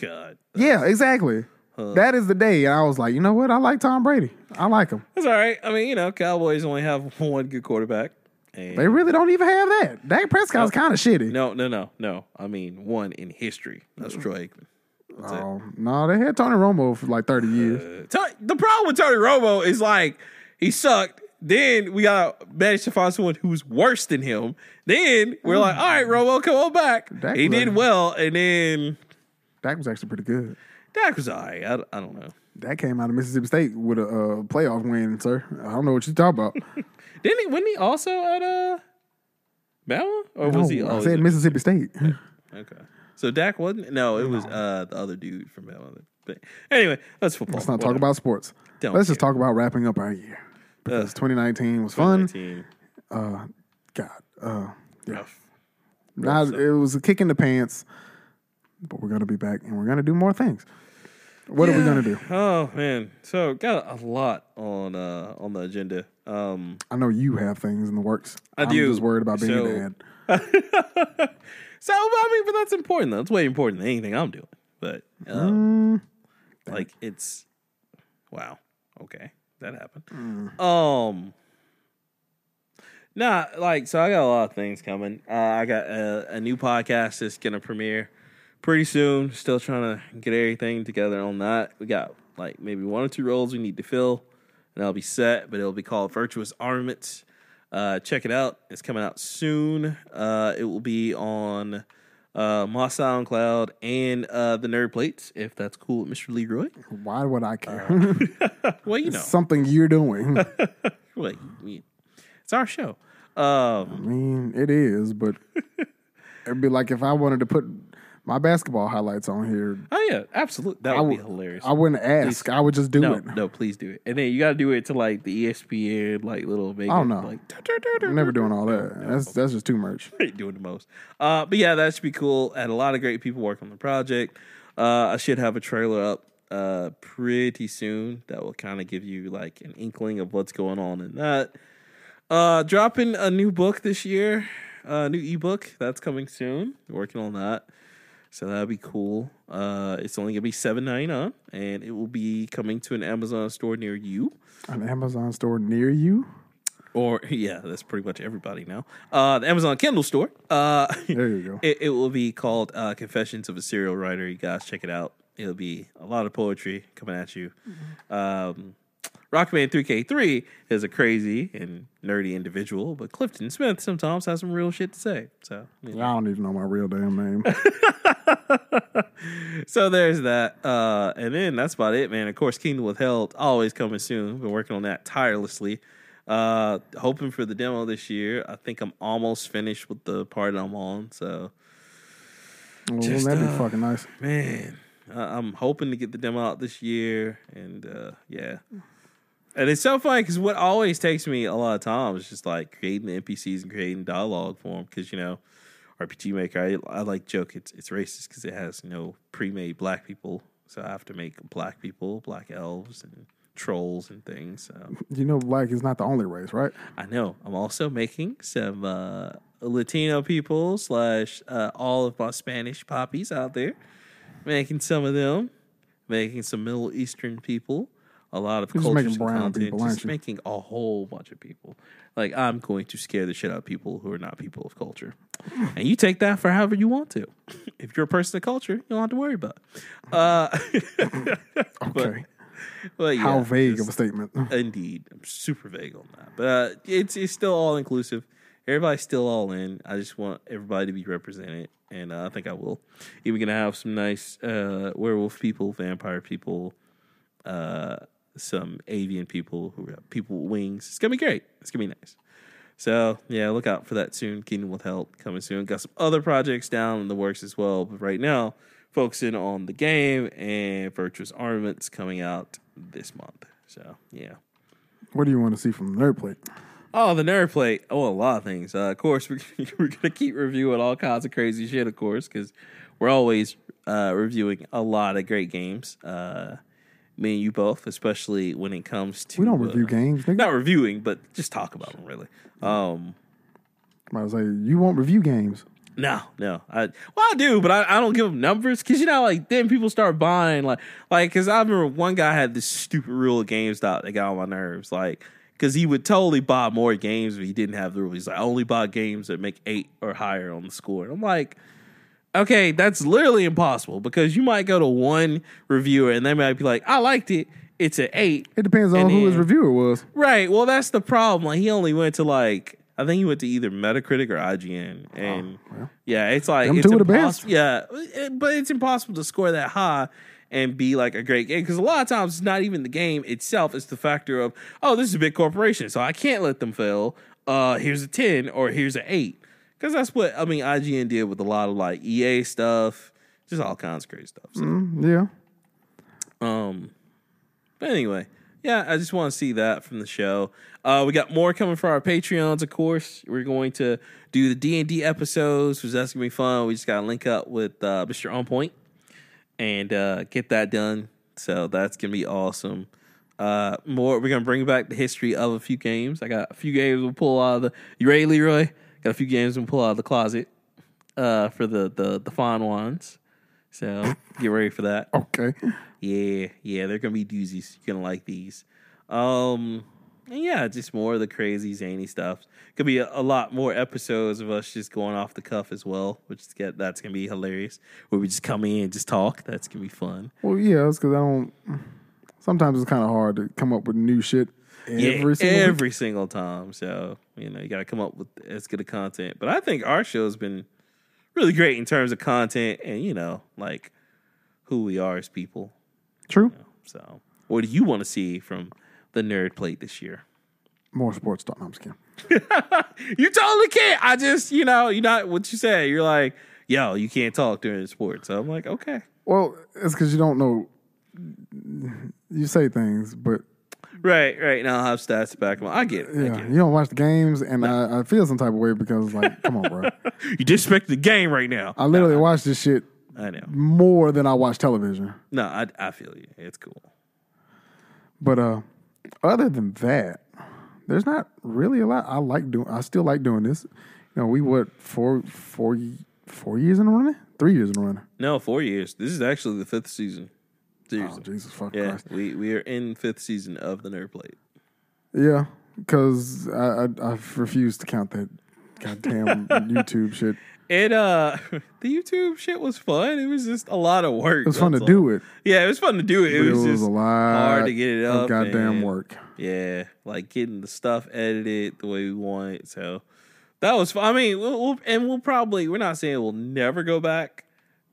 Speaker 2: God,
Speaker 1: Yeah, exactly. That is the day. And I was like, you know what? I like Tom Brady. I like him.
Speaker 2: that's all right. I mean, you know, Cowboys only have one good quarterback. And
Speaker 1: They really don't even have that. Dak Prescott's kind of shitty.
Speaker 2: No, no, no, no. I mean, one in history. That's Troy Aikman. That's it.
Speaker 1: Oh, no, they had Tony Romo for like 30 years.
Speaker 2: Tony- the problem with Tony Romo is like he sucked. Then we got managed to find someone who was worse than him. Then we're like, all right, Romo, come on back.
Speaker 1: Mm. Dak
Speaker 2: he
Speaker 1: was
Speaker 2: did
Speaker 1: like-
Speaker 2: well, and then
Speaker 1: Dak was actually pretty good.
Speaker 2: Dak was all right. I, I don't know.
Speaker 1: Dak came out of Mississippi State with a uh, playoff win, sir. I don't know what you're talking about.
Speaker 2: Didn't he? Wasn't he also at uh, Bama or
Speaker 1: No,
Speaker 2: was he?
Speaker 1: Oh,
Speaker 2: Oh,
Speaker 1: I
Speaker 2: always
Speaker 1: said
Speaker 2: at-
Speaker 1: Mississippi State.
Speaker 2: okay. So Dak wasn't. No, it was uh the other dude from Bama. But anyway, that's football.
Speaker 1: Let's not talk about sports.
Speaker 2: Don't Uh.
Speaker 1: Let's just talk about wrapping up our year. Because 2019 was fun.
Speaker 2: team.
Speaker 1: God. Uh, yeah. Nah, it was a kick in the pants, but we're gonna be back and we're gonna do more things. What are we gonna do?
Speaker 2: Oh man, so got a lot on uh on the agenda. Um,
Speaker 1: I know you have things in the works.
Speaker 2: I
Speaker 1: am
Speaker 2: do.
Speaker 1: just worried about being
Speaker 2: So-
Speaker 1: a dad.
Speaker 2: So I mean, but that's important though. It's way important than anything I'm doing. But um, like it's wow. Okay, that happened. Um, nah, like so I got a lot of things coming. Uh, I got a, a new podcast that's gonna premiere pretty soon. Still trying to get everything together on that. We got like maybe one or two roles we need to fill, and I'll be set. But it'll be called Virtuous Armaments. Uh, check it out. It's coming out soon. Uh, it will be on uh, my SoundCloud and uh, the Nerd Plates, if that's cool with Mr. Leroy.
Speaker 1: Why would I care?
Speaker 2: uh, Well, you know,
Speaker 1: Something you're doing. I
Speaker 2: wait, we- it's our show. Um,
Speaker 1: mean, it is, but it'd be like if I wanted to put my basketball highlights on here.
Speaker 2: oh yeah, absolutely. That
Speaker 1: I
Speaker 2: would be
Speaker 1: would-
Speaker 2: hilarious.
Speaker 1: I wouldn't ask. I would just do
Speaker 2: no,
Speaker 1: it.
Speaker 2: no, please do it. And then you got to do it to like the E ESPN, like little. Make
Speaker 1: Oh,
Speaker 2: it,
Speaker 1: no.
Speaker 2: like "Dur, dur, dur, dur,
Speaker 1: I'm never doing all that. That's that's just too much.
Speaker 2: ain't doing the most. Uh, but yeah, that should be cool. Had a lot of great people work on the project. Uh, I should have a trailer up uh, pretty soon that will kind of give you like an inkling of what's going on in that. Uh, dropping a new book this year, uh, new ebook that's coming soon. Working on that. So that'll be cool. Uh, it's only gonna be seven ninety nine, and it will be coming to an Amazon store near you.
Speaker 1: An Amazon store near you?
Speaker 2: Or yeah, that's pretty much everybody now. Uh, the Amazon Kindle store. Uh,
Speaker 1: There you go.
Speaker 2: It, it will be called uh, Confessions of a Serial Writer. You guys check it out. It'll be a lot of poetry coming at you. Um, Rockman 3K3 is a crazy and nerdy individual, but Clifton Smith sometimes has some real shit to say. So, you
Speaker 1: I
Speaker 2: know.
Speaker 1: don't even know my real damn name.
Speaker 2: so there's that. Uh, and then that's about it, man. Of course, Kingdom Withheld always coming soon. Been working on that tirelessly. Uh, hoping for the demo this year. I think I'm almost finished with the part I'm on. So
Speaker 1: Well,
Speaker 2: Just,
Speaker 1: that'd be
Speaker 2: uh,
Speaker 1: fucking nice.
Speaker 2: man I- i'm hoping to get the demo out this year and uh yeah and it's so funny because what always takes me a lot of time is just like creating the npcs and creating dialogue for them because you know RPG Maker. I, I like joke it's it's racist because it has you know pre-made black people, so I have to make black people, black elves, and trolls and things. So
Speaker 1: You know, black is not the only race, right?
Speaker 2: I know I'm also making some uh, Latino people slash uh, all of my Spanish poppies out there, making some of them, making some Middle Eastern people. A lot of
Speaker 1: You're just
Speaker 2: cultures
Speaker 1: making
Speaker 2: and
Speaker 1: brown
Speaker 2: continents,
Speaker 1: people,
Speaker 2: just
Speaker 1: aren't you?
Speaker 2: making a whole bunch of people. Like I'm going to scare the shit out of people who are not people of culture, and you take that for however you want to. If you're a person of culture, you don't have to worry about. It. Uh,
Speaker 1: Okay.
Speaker 2: but
Speaker 1: How
Speaker 2: yeah,
Speaker 1: vague
Speaker 2: just-
Speaker 1: of a statement.
Speaker 2: Indeed, I'm super vague on that, but uh, it's it's still all inclusive. Everybody's still all in. I just want everybody to be represented, and uh, I think I will. Even gonna have some nice uh, werewolf people, vampire people, uh, some avian people who have people with wings. It's gonna be great. It's gonna be nice. So yeah, look out for that soon. Kingdom with Help coming soon. Got some other projects down in the works as well, but right now, focusing on the game and Virtuous Armaments coming out this month. So yeah.
Speaker 1: What do you want to see from the nerd plate?
Speaker 2: Oh, the nerd plate. Oh, a lot of things. Uh, of course, we're, we're gonna keep reviewing all kinds of crazy shit, of course, because we're always uh, reviewing a lot of great games. Uh, me and you both, especially when it comes to
Speaker 1: We don't
Speaker 2: uh,
Speaker 1: review games. Nigga.
Speaker 2: Not reviewing, but just talk about them. Really. Um,
Speaker 1: I was like, you won't review games.
Speaker 2: no, no. I well, I do, but I, I don't give them numbers because you know, like then people start buying like like because I remember one guy had this stupid rule of GameStop that got on my nerves, like because he would totally buy more games if he didn't have the rule. He's like, I only buy games that make eight or higher on the score. And I'm like, okay, that's literally impossible because you might go to one reviewer and they might be like, I liked it, it's an eight,
Speaker 1: It depends on
Speaker 2: And
Speaker 1: who his
Speaker 2: then-
Speaker 1: reviewer was.
Speaker 2: Right. Well, that's the problem. Like he only went to like I think he went to either Metacritic or IGN, and yeah, it's like
Speaker 1: Oh, Them
Speaker 2: it's
Speaker 1: two are the
Speaker 2: impossible. Yeah, it- but it's impossible to score that high and be like a great game because a lot of times it's not even the game itself; it's the factor of oh, this is a big corporation, so I can't let them fail. Uh, here's a ten or here's an eight because that's what I mean. IGN did with a lot of like EA stuff, just all kinds of crazy stuff. So.
Speaker 1: Mm, yeah.
Speaker 2: Um, but anyway, yeah, I just want to see that from the show. Uh, we got more coming for our Patreons, of course. We're going to do the D and D episodes, which that's gonna be fun. We just gotta link up with uh, Mister On Point and uh, get that done. So that's gonna be awesome. Uh, more we're gonna bring back the history of a few games. I got a few games we'll pull out of the you ready, Leroy? Got a few games we'll pull out of the closet uh, for the the the fine ones. So get ready for that.
Speaker 1: Okay.
Speaker 2: Yeah, yeah, they're gonna be doozies. You're gonna like these. Um, and yeah, just more of the crazy zany stuff. Could be a, a lot more episodes of us just going off the cuff as well, which is get that's gonna be hilarious. Where we just come in and just talk. That's gonna be fun.
Speaker 1: Well, yeah, it's because I don't. Sometimes it's kind of hard to come up with new shit every
Speaker 2: yeah,
Speaker 1: single week.
Speaker 2: every single time. So you know, you gotta come up with as good of content. But I think our show's been really great in terms of content and you know, like who we are as people.
Speaker 1: True.
Speaker 2: So, what do you want to see from the nerd plate this year?
Speaker 1: More sports talk. No, I'm just kidding.
Speaker 2: You totally can't. I just, you know, you're not what you say. You're like, yo, you can't talk during sports. So I'm like, okay.
Speaker 1: Well, it's because you don't know. You say things, but
Speaker 2: Right, right. Now I have stats to back them. up. I get it. I
Speaker 1: yeah,
Speaker 2: get
Speaker 1: you don't watch the games, and I, I feel some type of way because, like, come on, bro.
Speaker 2: it. You disrespect the game right now.
Speaker 1: I literally watch this shit
Speaker 2: I know.
Speaker 1: more than I watch television.
Speaker 2: No, I, I feel you. It's cool.
Speaker 1: But uh, other than that, there's not really a lot. I like doing. I still like doing this. You know, we what four four y- four years in a running, three years in a running.
Speaker 2: No, four years. This is actually the fifth season.
Speaker 1: Oh,
Speaker 2: Seriously.
Speaker 1: Jesus fucking
Speaker 2: yeah,
Speaker 1: Christ!
Speaker 2: we, we are in fifth season of the nerd plate.
Speaker 1: Yeah, because I, I I refuse to count that goddamn YouTube shit.
Speaker 2: It uh, the YouTube shit was fun. It was just a lot of work.
Speaker 1: It was fun to do it.
Speaker 2: Yeah, it was fun to do it. It
Speaker 1: but
Speaker 2: was, just
Speaker 1: a lot
Speaker 2: hard to get it
Speaker 1: of
Speaker 2: up.
Speaker 1: goddamn
Speaker 2: and-
Speaker 1: work.
Speaker 2: Yeah, like getting the stuff edited the way we want it. So that was. fun. I mean, we'll, we'll and we'll probably. We're not saying we'll never go back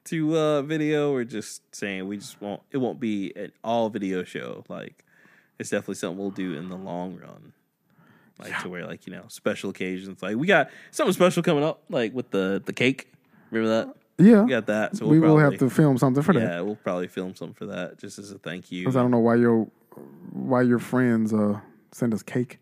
Speaker 2: to uh video. We're just saying we just won't. It won't be an all video show. Like it's definitely something we'll do in the long run. Like to where like you know special occasions. Like we got something special coming up. Like with the the cake. Remember that?
Speaker 1: Yeah,
Speaker 2: We got that. So we'll
Speaker 1: we will
Speaker 2: probably,
Speaker 1: have to film something for that.
Speaker 2: Yeah, we'll probably film something for that just as a thank you.
Speaker 1: 'Cause I don't know why your why your friends uh send us cake.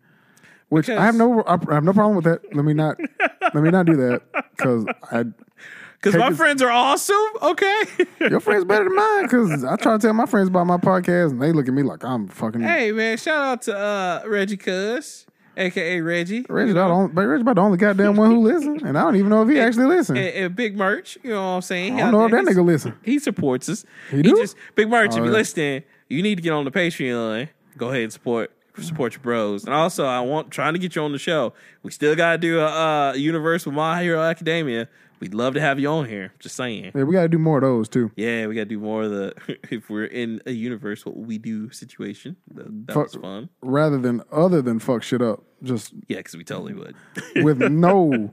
Speaker 1: Which I have no, I have no problem with that. Let me not, let me not do that because I,
Speaker 2: Because
Speaker 1: Take
Speaker 2: my
Speaker 1: this-
Speaker 2: friends are awesome. Okay.
Speaker 1: your friends better than mine because I try to tell my friends about my podcast and they look at me like I'm fucking.
Speaker 2: hey man, shout out to uh, Reggie Cuz, aka Reggie.
Speaker 1: Reggie, about the only, but Reggie about the only goddamn one who listens, and I don't even know if he actually
Speaker 2: And,
Speaker 1: listens.
Speaker 2: and Big Merch, you know what I'm saying?
Speaker 1: I don't know if that nigga listen.
Speaker 2: He supports us. He,
Speaker 1: do?
Speaker 2: just Big Merch, if
Speaker 1: yeah.
Speaker 2: you're listening, you need to get on the Patreon. Go ahead and support support your bros. And also I want trying to get you on the show. We still gotta do a uh universe with My Hero Academia. We'd love to have you on here. Just saying.
Speaker 1: Yeah, we got to do more of those too.
Speaker 2: Yeah, we gotta do more of the if we're in a universe, what we do situation. That, that was
Speaker 1: Fuck.
Speaker 2: fun.
Speaker 1: Rather than other than fuck shit up, just
Speaker 2: Yeah, because we totally would.
Speaker 1: with no,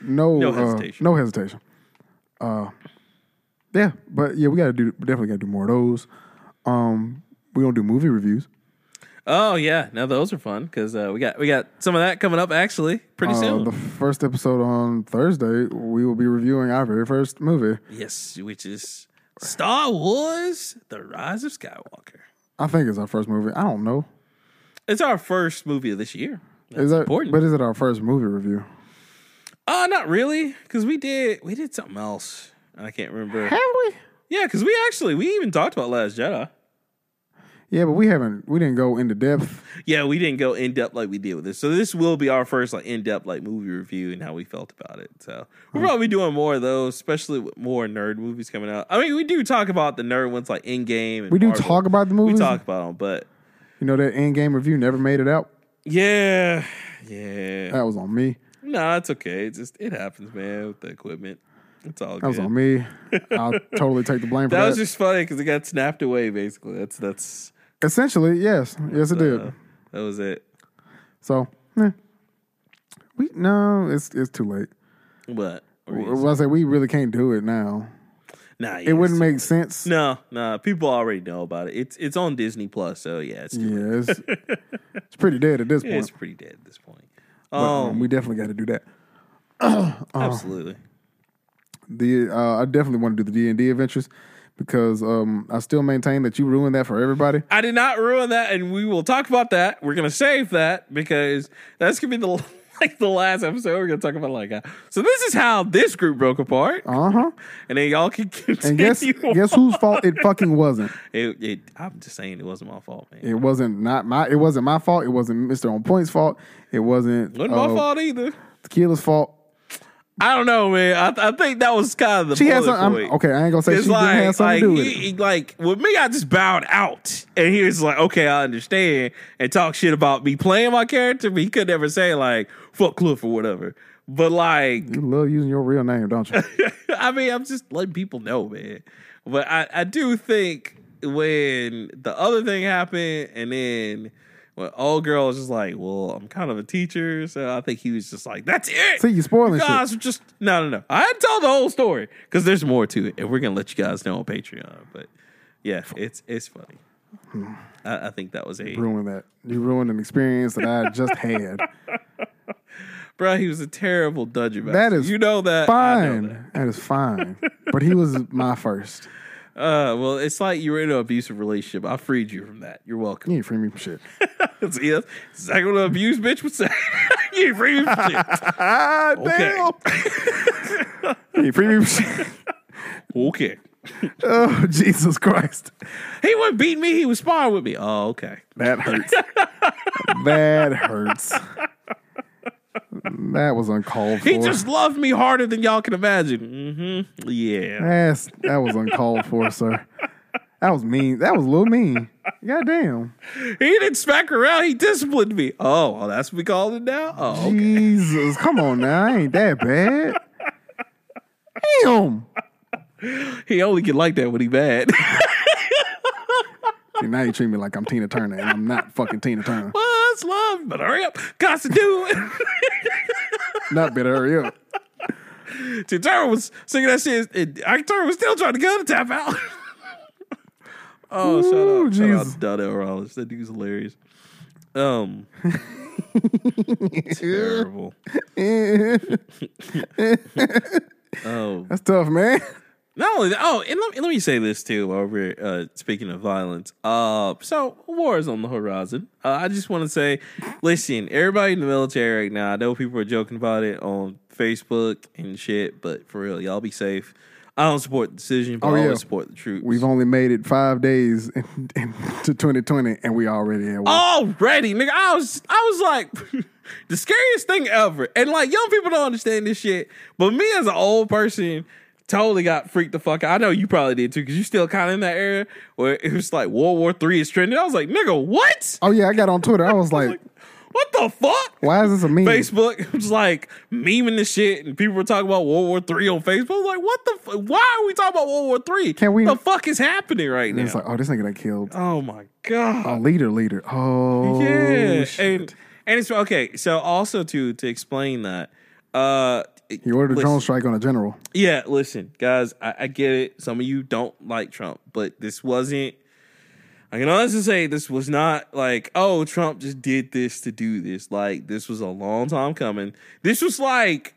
Speaker 1: no,
Speaker 2: No
Speaker 1: uh,
Speaker 2: hesitation.
Speaker 1: no hesitation. Uh, yeah, but yeah, we got to do definitely got to do more of those. Um, we gonna do movie reviews.
Speaker 2: oh yeah, now those are fun because uh, we got we got some of that coming up actually pretty
Speaker 1: Uh,
Speaker 2: soon.
Speaker 1: the first episode on Thursday, we will be reviewing our very first movie.
Speaker 2: yes, which is Star Wars: The Rise of Skywalker.
Speaker 1: I think it's our first movie. I don't know.
Speaker 2: It's our first movie of this year. That's
Speaker 1: is that
Speaker 2: important.
Speaker 1: But is it our first movie review?
Speaker 2: uh, not really, because we did we did something else. I can't remember.
Speaker 1: Have we?
Speaker 2: Yeah, because we actually we even talked about Last Jedi.
Speaker 1: Yeah, but we haven't. We didn't go into depth.
Speaker 2: Yeah, we didn't go in depth like we did with this. So this will be our first like in depth like movie review and how we felt about it. So we're
Speaker 1: Hmm.
Speaker 2: probably doing more of those, especially with more nerd movies coming out. I mean, we do talk about the nerd ones like in game.
Speaker 1: We do talk about the
Speaker 2: We
Speaker 1: movies.
Speaker 2: talk about them, but
Speaker 1: You know that end game review never made it out.
Speaker 2: yeah, yeah.
Speaker 1: That was on me.
Speaker 2: No, it's okay. It's just it happens, man. With the equipment, it's all
Speaker 1: That
Speaker 2: good.
Speaker 1: was on me. I'll totally take the blame for
Speaker 2: that
Speaker 1: that.
Speaker 2: was just funny because it got snapped away. Basically, that's that's
Speaker 1: Essentially, yes, yes, it
Speaker 2: uh,
Speaker 1: did.
Speaker 2: that was it.
Speaker 1: So, eh. we no, it's it's too late.
Speaker 2: But
Speaker 1: Well, I say we really can't do it now.
Speaker 2: nah,
Speaker 1: It wouldn't make sense.
Speaker 2: No, no, people already know about it. It's it's on Disney Plus, so yeah, it's,
Speaker 1: Yeah, it's, it's pretty dead at this point.
Speaker 2: it's pretty dead at this point.
Speaker 1: But,
Speaker 2: Oh,
Speaker 1: um, we definitely got to do that. Oh.
Speaker 2: absolutely.
Speaker 1: The uh, I definitely want to do the D and D adventures because um, I still maintain that you ruined that for everybody.
Speaker 2: I did not ruin that, and we will talk about that. We're gonna save that because that's gonna be the like the last episode. We're gonna talk about like uh, so. This is how this group broke apart,
Speaker 1: Uh huh.
Speaker 2: and then y'all can continue.
Speaker 1: And guess guess whose fault it fucking wasn't.
Speaker 2: It, it, I'm just saying it wasn't my fault, man. It
Speaker 1: It wasn't not my. It wasn't my fault. It wasn't Mister On Point's fault. It wasn't,
Speaker 2: wasn't
Speaker 1: uh,
Speaker 2: my fault either.
Speaker 1: Tequila's fault.
Speaker 2: I don't know, man. I, th- I think that was kind of the
Speaker 1: She had
Speaker 2: boiling
Speaker 1: some. I'm,
Speaker 2: point.
Speaker 1: okay, I ain't gonna say
Speaker 2: It's
Speaker 1: she
Speaker 2: like,
Speaker 1: didn't have something
Speaker 2: like,
Speaker 1: to do with
Speaker 2: he,
Speaker 1: it.
Speaker 2: he- like with me, I just bowed out, and he was like, "Okay, I understand," and talk shit about me playing my character, but he could never say like "fuck Cliff" or whatever. But like,
Speaker 1: You love using your real name, don't you?
Speaker 2: I mean, I'm just letting people know, man. But I, I do think when the other thing happened, and then when old girl was just like, "Well, I'm kind of a teacher," so I think he was just like, "That's it."
Speaker 1: See, you spoiling shit.
Speaker 2: guys were just no no no. I had to tell the whole story because there's more to it, and we're gonna let you guys know on Patreon. But yeah, it's it's funny.
Speaker 1: Hmm.
Speaker 2: I, I think that was a
Speaker 1: Ruined that. You ruined an experience that I just had.
Speaker 2: bro. He was a terrible dungeon master.
Speaker 1: That is
Speaker 2: you know that I know
Speaker 1: Fine.
Speaker 2: that.
Speaker 1: that is fine. But he was my first.
Speaker 2: Uh, well, it's like you were in an abusive relationship. I freed you from that. You're welcome.
Speaker 1: You ain't free me from shit.
Speaker 2: That's yeah, that's exactly what an abused bitch would say. you ain't free me from shit.
Speaker 1: Ah,
Speaker 2: Okay.
Speaker 1: damn. you ain't free me from shit.
Speaker 2: Okay.
Speaker 1: Oh, Jesus Christ.
Speaker 2: He wouldn't beat me. He was sparring with me. Oh, okay.
Speaker 1: That hurts. that hurts. That was uncalled for.
Speaker 2: He just loved me harder than y'all can imagine. hmm Yeah.
Speaker 1: That's, that was uncalled for, sir. That was mean. That was a little mean. Goddamn.
Speaker 2: He didn't smack around. He disciplined me. Oh, well, that's what we call it now? Oh, okay.
Speaker 1: Jesus. Come on now. I ain't that bad. Damn.
Speaker 2: He only get like that when he bad.
Speaker 1: See, now you treat me like I'm Tina Turner, and I'm not fucking Tina Turner.
Speaker 2: well, it's love, but hurry up. Got to do it.
Speaker 1: Not better hurry up.
Speaker 2: Tintero was singing that shit. And Arcturo was still trying to go to tap out. oh,
Speaker 1: Ooh,
Speaker 2: shout out, shout out
Speaker 1: Jesus.
Speaker 2: to Donnell Rollins. That dude's hilarious. Um, terrible.
Speaker 1: That's
Speaker 2: Oh,
Speaker 1: tough, man.
Speaker 2: Not only that, oh, and let, let me say this too. Over uh, speaking of violence, uh, so war is on the horizon. Uh, I just want to say, listen, everybody in the military right now. I know people are joking about it on Facebook and shit, but for real, y'all be safe. I don't support the decision, but
Speaker 1: Oh,
Speaker 2: I
Speaker 1: yeah.
Speaker 2: always support the troops.
Speaker 1: We've only made it five days in, in, to 2020, and we already at war.
Speaker 2: Oh. already, nigga. I was I was like the scariest thing ever. And like young people don't understand this shit. But me as an old person totally got freaked the fuck out. I know you probably did too, because you still kinda in that era where it was like World War Three is trending. I was like, nigga, what?
Speaker 1: Oh yeah, I got on Twitter. I was like,
Speaker 2: What the fuck?
Speaker 1: "Why is this a meme?"
Speaker 2: Facebook it was like memeing this shit, and people were talking about World War Three on Facebook. I was like, what the? Fu- why are we talking about World War Three?
Speaker 1: Can we-
Speaker 2: The fuck is happening right
Speaker 1: And
Speaker 2: now?
Speaker 1: it's like, "Oh, this nigga done killed
Speaker 2: oh my god!
Speaker 1: a leader, leader." Oh
Speaker 2: yeah,
Speaker 1: shit.
Speaker 2: and and it's okay. So also to to explain that, uh,
Speaker 1: He ordered a
Speaker 2: listen-
Speaker 1: drone strike on a general.
Speaker 2: yeah, listen, guys, I, I get it. Some of you don't like Trump, but this wasn't. I can honestly say this was not like, oh, Trump just did this to do this. Like this was a long time coming. This was like,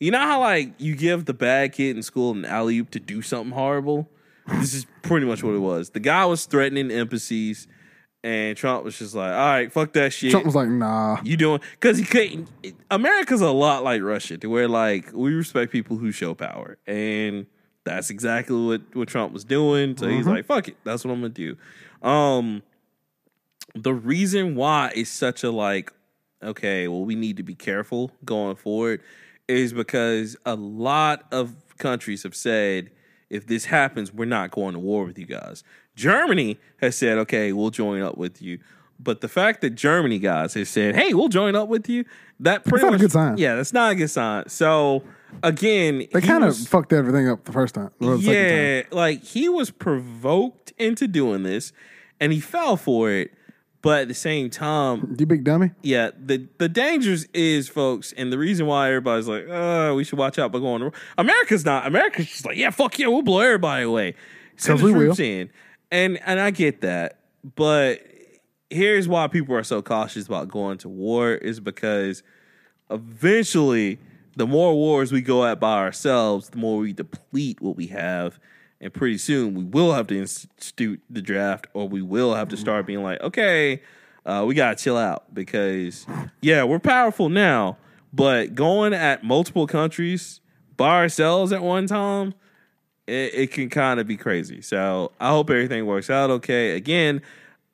Speaker 2: you know how like you give the bad kid in school an alley oop to do something horrible. This is pretty much what it was. The guy was threatening embassies, and Trump was just like, all right, fuck that shit
Speaker 1: Trump was like, "Nah."
Speaker 2: you doing because he couldn't america's a lot like russia to where like we respect people who show power and that's exactly what what trump was doing so he's like fuck it that's what i'm gonna do um the reason why it's such a like okay well we need to be careful going forward is because a lot of countries have said if this happens we're not going to war with you guys germany has said okay we'll join up with you but the fact that germany guys has said hey we'll join up with you that pretty
Speaker 1: not a
Speaker 2: much
Speaker 1: good sign.
Speaker 2: yeah that's not a good sign so again
Speaker 1: They
Speaker 2: he
Speaker 1: kind of
Speaker 2: was-
Speaker 1: fucked everything up the first time. Well, the second time.
Speaker 2: yeah, like he was provoked into doing this, and he fell for it. But at the same time,
Speaker 1: You big dummy.
Speaker 2: yeah, the the dangers is folks, and the reason why everybody's like, oh, we should watch out by going. to war." America's not. America's just like, yeah, fuck yeah, we'll blow everybody away. Send
Speaker 1: 'Cause
Speaker 2: the
Speaker 1: we
Speaker 2: troops
Speaker 1: will.
Speaker 2: in, and and I get that, but here's why people are so cautious about going to war is because eventually, the more wars we go at by ourselves, the more we deplete what we have. And pretty soon we will have to institute the draft, or we will have to start being like, okay, uh, we got to chill out because, yeah, we're powerful now, but going at multiple countries by ourselves at one time, it, it can kind of be crazy. So I hope everything works out okay. Again,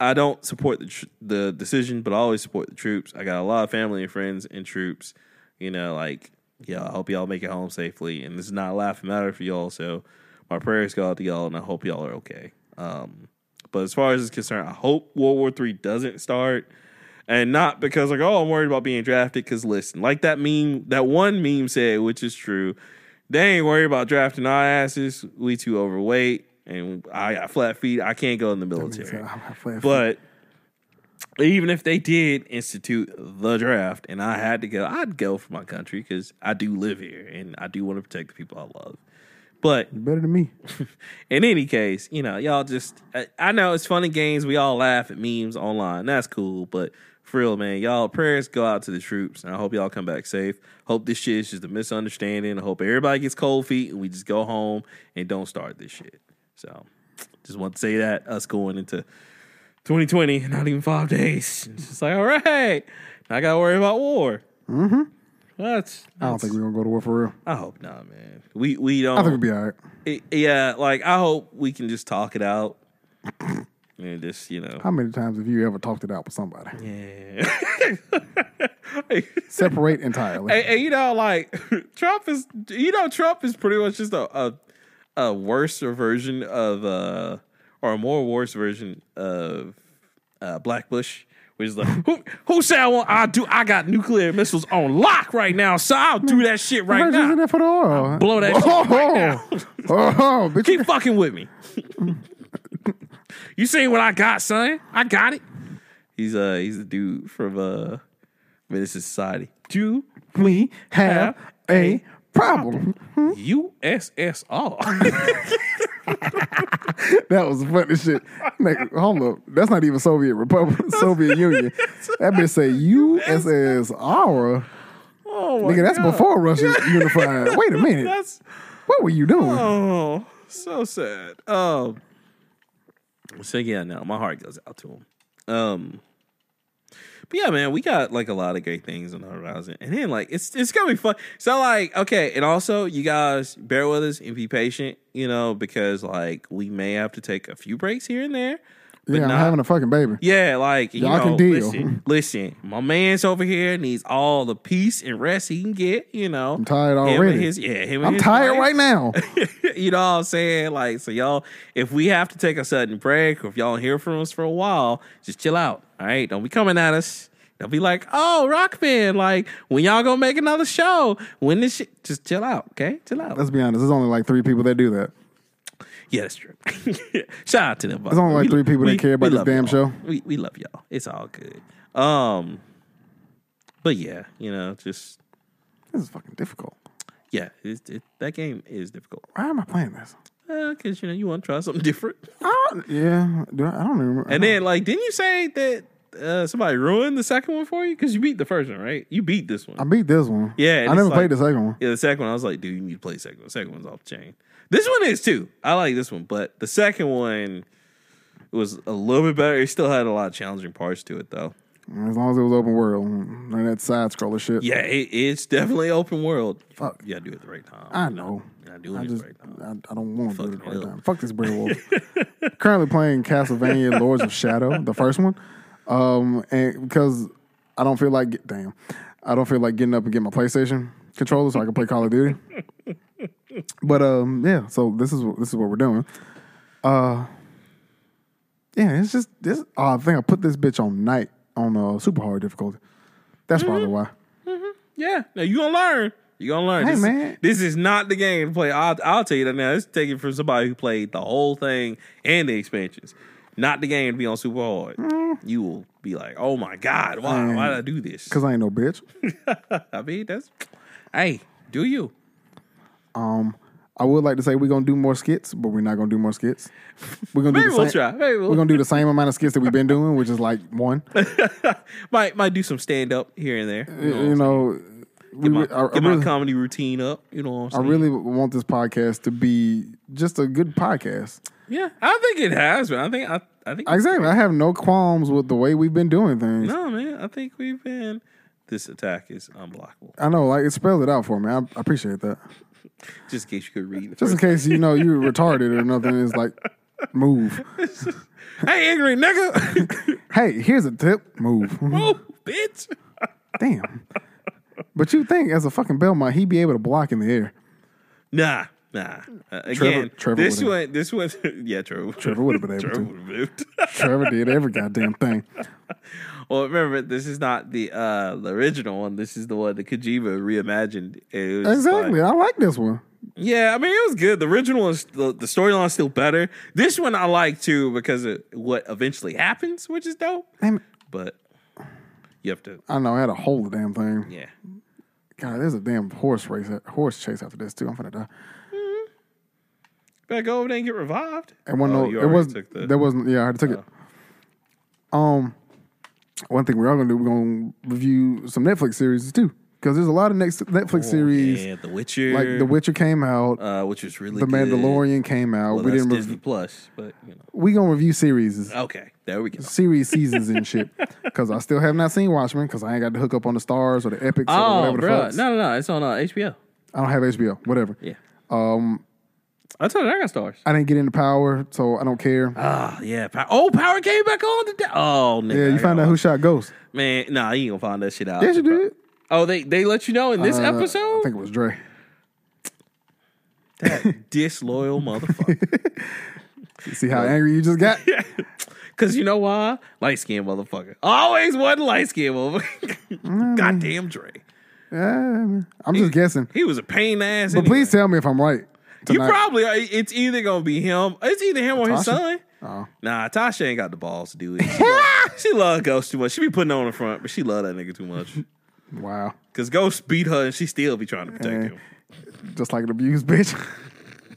Speaker 2: I don't support the tr- the decision, but I always support the troops. I got a lot of family and friends in troops. You know, like yeah, I hope y'all make it home safely. And this is not a laughing matter for y'all, so my prayers go out to y'all, and I hope y'all are okay. Um, but as far as it's concerned, I hope World War Three doesn't start. And not because like, oh, I'm worried about being drafted. Because listen, like that meme, that one meme said, which is true, they ain't worried about drafting our asses. We too overweight, and I got flat feet. I can't go in the military. But even if they did institute the draft, and I had to go, I'd go for my country because I do live here and I do want to protect the people I love. But
Speaker 1: better than me.
Speaker 2: in any case, you know, y'all just, I, I know it's funny games. We all laugh at memes online. That's cool. But for real, man, y'all prayers go out to the troops. And I hope y'all come back safe. Hope this shit is just a misunderstanding. I hope everybody gets cold feet and we just go home and don't start this shit. So just want to say that us going into 2020, not even five days. It's just like, all right, now I got to worry about war. Mm-hmm. That's,
Speaker 1: I don't think we're gonna go to war for real.
Speaker 2: I hope not, man. We, we don't.
Speaker 1: I think we'll be all right.
Speaker 2: It- yeah, like I hope we can just talk it out and just you know.
Speaker 1: How many times have you ever talked it out with somebody?
Speaker 2: Yeah.
Speaker 1: Separate entirely.
Speaker 2: and, and, you know, like Trump is, you know, Trump is pretty much just a a, a worse version of, uh, or a more worse version of uh, Black Bush, which is like, who, who said I want? I do. I got nuclear missiles on lock right now, so I'll do that shit right
Speaker 1: Imagine using
Speaker 2: now.
Speaker 1: that for the oil.
Speaker 2: blow that shit
Speaker 1: oh,
Speaker 2: right now.
Speaker 1: oh, bitch,
Speaker 2: Keep fucking with me. you seen what I got, son? I got it. He's uh he's a dude from uh Menace Society. Do
Speaker 1: we have a problem.
Speaker 2: USSR.
Speaker 1: That was funny shit. Like, hold up, that's not even Soviet Republic, Soviet Union. That bitch say USSR.
Speaker 2: oh my
Speaker 1: Nigga, that's
Speaker 2: God.
Speaker 1: before Russia unified. Wait a minute.
Speaker 2: That's
Speaker 1: What were you doing?
Speaker 2: Oh, so sad. Um, so yeah, no, my heart goes out to him. Um, but yeah, man, we got like a lot of great things on the horizon, and then like it's it's gonna be fun. So like, okay, and also you guys bear with us and be patient, you know, because like we may have to take a few breaks here and there. But
Speaker 1: yeah, I'm
Speaker 2: not-
Speaker 1: having a fucking baby.
Speaker 2: yeah, like you
Speaker 1: Y'all
Speaker 2: know,
Speaker 1: can deal.
Speaker 2: Listen, listen, my man's over here needs all the peace and rest he can get. You know, I'm
Speaker 1: tired
Speaker 2: Him and
Speaker 1: already.
Speaker 2: his, yeah, him and
Speaker 1: I'm
Speaker 2: his
Speaker 1: tired
Speaker 2: wife.
Speaker 1: right now.
Speaker 2: you know what I'm saying? Like, so y'all, if we have to take a sudden break, or if y'all don't hear from us for a while, just chill out. All right, don't be coming at us. Don't be like, oh, rock band, like when y'all gonna make another show? When this shit? Just chill out, okay? Chill out.
Speaker 1: Let's be honest. There's only like three people that do that.
Speaker 2: yeah, that's true. Shout out to them. There's
Speaker 1: only like three people that care about this damn show.
Speaker 2: We we love y'all. It's all good. Um, but yeah, you know, just
Speaker 1: This is fucking difficult.
Speaker 2: yeah, it's it, that game is difficult
Speaker 1: Why am I playing this?
Speaker 2: because you know you want to try something different.
Speaker 1: Oh, yeah, do I, I don't remember.
Speaker 2: Ah. And then, like, didn't you say that uh, somebody ruined the second one for you? Because you beat the first one, right? You beat this one.
Speaker 1: I beat this one.
Speaker 2: Yeah, and
Speaker 1: I
Speaker 2: it's
Speaker 1: never
Speaker 2: like-
Speaker 1: played the second one.
Speaker 2: yeah, the second one, I was like, dude, you need to play the second one. The second one's off the chain. This one is too. I like this one, but the second one was a little bit better. It still had a lot of challenging parts to it, though.
Speaker 1: As long as it was open world and that side scroller shit.
Speaker 2: Yeah, it, it's definitely open world.
Speaker 1: Fuck.
Speaker 2: Yeah, do it at the right time.
Speaker 1: I know.
Speaker 2: Yeah, do
Speaker 1: I
Speaker 2: it at
Speaker 1: just
Speaker 2: the right time.
Speaker 1: I, I don't want to do it
Speaker 2: Fucking
Speaker 1: right
Speaker 2: hell.
Speaker 1: now. Fuck this Bray Wolf. Currently playing Castlevania Lords of Shadow, the first one. Um and because I don't feel like get- damn. I don't feel like getting up and getting my PlayStation controller so I can play Call of Duty. but um yeah, so this is what this is what we're doing. Uh yeah, it's just this oh, I think I put this bitch on night on uh, super hard difficulty. That's probably why.
Speaker 2: Yeah. Now you gonna learn. You gonna learn.
Speaker 1: Hey,
Speaker 2: this,
Speaker 1: man.
Speaker 2: this is not the game to play. I'll, I'll tell you that now. It's taken from somebody who played the whole thing and the expansions. Not the game to be on super hard.
Speaker 1: Mm.
Speaker 2: You will be like, oh my god, why? Why did I do this?
Speaker 1: Cause I ain't no bitch.
Speaker 2: I mean, that's hey, do you?
Speaker 1: I would like to say we're gonna do more skits, but we're not gonna do more skits. We're gonna
Speaker 2: Maybe
Speaker 1: do the
Speaker 2: we'll
Speaker 1: same,
Speaker 2: try. Maybe we'll-
Speaker 1: We're gonna do the same amount of skits that we've been doing, which is like one.
Speaker 2: Might might do some stand up here and there. You know,
Speaker 1: you know, we,
Speaker 2: my-
Speaker 1: I, Uh, I
Speaker 2: get my
Speaker 1: really,
Speaker 2: comedy routine up. You know what I'm
Speaker 1: I
Speaker 2: saying?
Speaker 1: really want this podcast to be just a good podcast.
Speaker 2: yeah, I think it has, man. I think I I think
Speaker 1: Exactly. I have no qualms with the way we've been doing things.
Speaker 2: no, man. I think we've been. This attack is unblockable.
Speaker 1: I know, like it spelled it out for me. I, I appreciate that.
Speaker 2: Just in case you could read. the
Speaker 1: Just in case you know you're retarded or nothing, it's like move.
Speaker 2: first- hey, ignorant nigga.
Speaker 1: Hey, here's a tip. Move.
Speaker 2: Oh, bitch.
Speaker 1: Damn. But you think as a fucking Belmont, he'd be able to block in the air.
Speaker 2: Nah, nah. Uh, again,
Speaker 1: Trevor
Speaker 2: this
Speaker 1: would've-
Speaker 2: one, this one, yeah, Trevor.
Speaker 1: Trevor would have been able
Speaker 2: Trevor
Speaker 1: to.
Speaker 2: would have moved.
Speaker 1: Trevor did every goddamn thing.
Speaker 2: well, remember, this is not the uh the original one. This is the one that Kojima reimagined. It was just like-
Speaker 1: Exactly. I like this one.
Speaker 2: yeah, I mean, it was good. The original one's the, the storyline's still better. This one I like too because of what eventually happens, which is dope.
Speaker 1: Damn it.
Speaker 2: But you have to,
Speaker 1: I know. I had a whole damn thing.
Speaker 2: yeah.
Speaker 1: God, there's a damn horse race, uh, horse chase after this too. I'm gonna die.
Speaker 2: Better go over there and get revived.
Speaker 1: It wasn't.
Speaker 2: Oh,
Speaker 1: no,
Speaker 2: you
Speaker 1: it
Speaker 2: already
Speaker 1: wasn't.
Speaker 2: took Oh. the-
Speaker 1: There wasn't. Yeah, I already took it. Um, one thing we are gonna do, we're gonna review some Netflix series too, because there's a lot of next Netflix series.
Speaker 2: Oh, yeah, The Witcher,
Speaker 1: Like The Witcher came out,
Speaker 2: uh, which was really
Speaker 1: The
Speaker 2: good.
Speaker 1: Mandalorian came out.
Speaker 2: Well,
Speaker 1: we
Speaker 2: that's
Speaker 1: didn't.
Speaker 2: Disney Oh.
Speaker 1: Rev-
Speaker 2: Plus, but you know.
Speaker 1: we gonna review series,
Speaker 2: Okay, there we go.
Speaker 1: series seasons and shit, because I still have not seen Watchmen, because I ain't got the hook up on the stars or the epics or
Speaker 2: Oh,
Speaker 1: whatever the
Speaker 2: bro,
Speaker 1: fuck.
Speaker 2: no, no, no, it's on uh, HBO.
Speaker 1: I don't have HBO. Whatever.
Speaker 2: Yeah. Um, I told you I got stars.
Speaker 1: I didn't get into power, so I don't care.
Speaker 2: Ah, yeah. Power. Oh, Power came back on today. Oh, nigga,
Speaker 1: yeah, you
Speaker 2: I
Speaker 1: found
Speaker 2: got-
Speaker 1: out who shot Ghost.
Speaker 2: Man, nah, you ain't gonna find that shit out.
Speaker 1: Yes, you did.
Speaker 2: Oh, they they let you know in this
Speaker 1: Uh, I
Speaker 2: episode.
Speaker 1: think it was Dre.
Speaker 2: That disloyal motherfucker.
Speaker 1: See how angry you just got?
Speaker 2: Cause you know why? Light skinned motherfucker. Always one light skinned
Speaker 1: Mm.
Speaker 2: motherfucker. Goddamn Dre.
Speaker 1: Yeah, I'm just guessing.
Speaker 2: He was a pain in the ass.
Speaker 1: But
Speaker 2: anyway.
Speaker 1: please tell me if I'm right.
Speaker 2: You
Speaker 1: Tonight.
Speaker 2: probably are. It's either gonna be him. It's either him or his
Speaker 1: Tasha?
Speaker 2: son.
Speaker 1: Oh.
Speaker 2: Nah, Tasha ain't got the balls to do it. She love, she love Ghost too much. She be putting on the front, but she love that nigga too much.
Speaker 1: Oh, wow.
Speaker 2: Cause Ghost beat her, and she still be trying to protect
Speaker 1: Hey.
Speaker 2: him.
Speaker 1: Just like an abused bitch.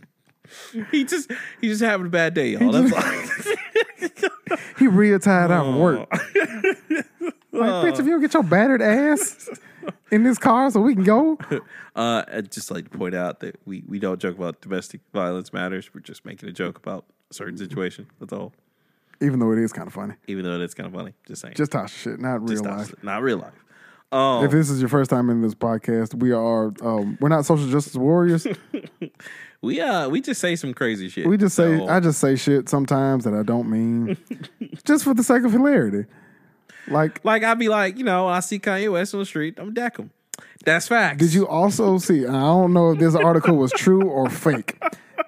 Speaker 2: He just he just having a bad day, y'all. That's all.
Speaker 1: he real tired out from work. Like, bitch, if you don't get your battered ass in this car so we can go?
Speaker 2: Uh, I'd just like to point out that we, we don't joke about domestic violence matters. We're just making a joke about a certain situation. That's all.
Speaker 1: Even though it is kind of funny.
Speaker 2: Even though that's kind of funny. Just saying.
Speaker 1: Just Tasha shit, not real
Speaker 2: Just
Speaker 1: life.
Speaker 2: not, not real life. Um,
Speaker 1: If this is your first time in this podcast, we are um, we're not social justice warriors.
Speaker 2: we uh we just say some crazy shit.
Speaker 1: We just say
Speaker 2: So,
Speaker 1: I just say shit sometimes that I don't mean, just for the sake of hilarity. Like,
Speaker 2: like I'd be like, you know, I see Kanye West on the street, I'm deck him. That's facts.
Speaker 1: did you also see? and I don't know if this article was true or fake.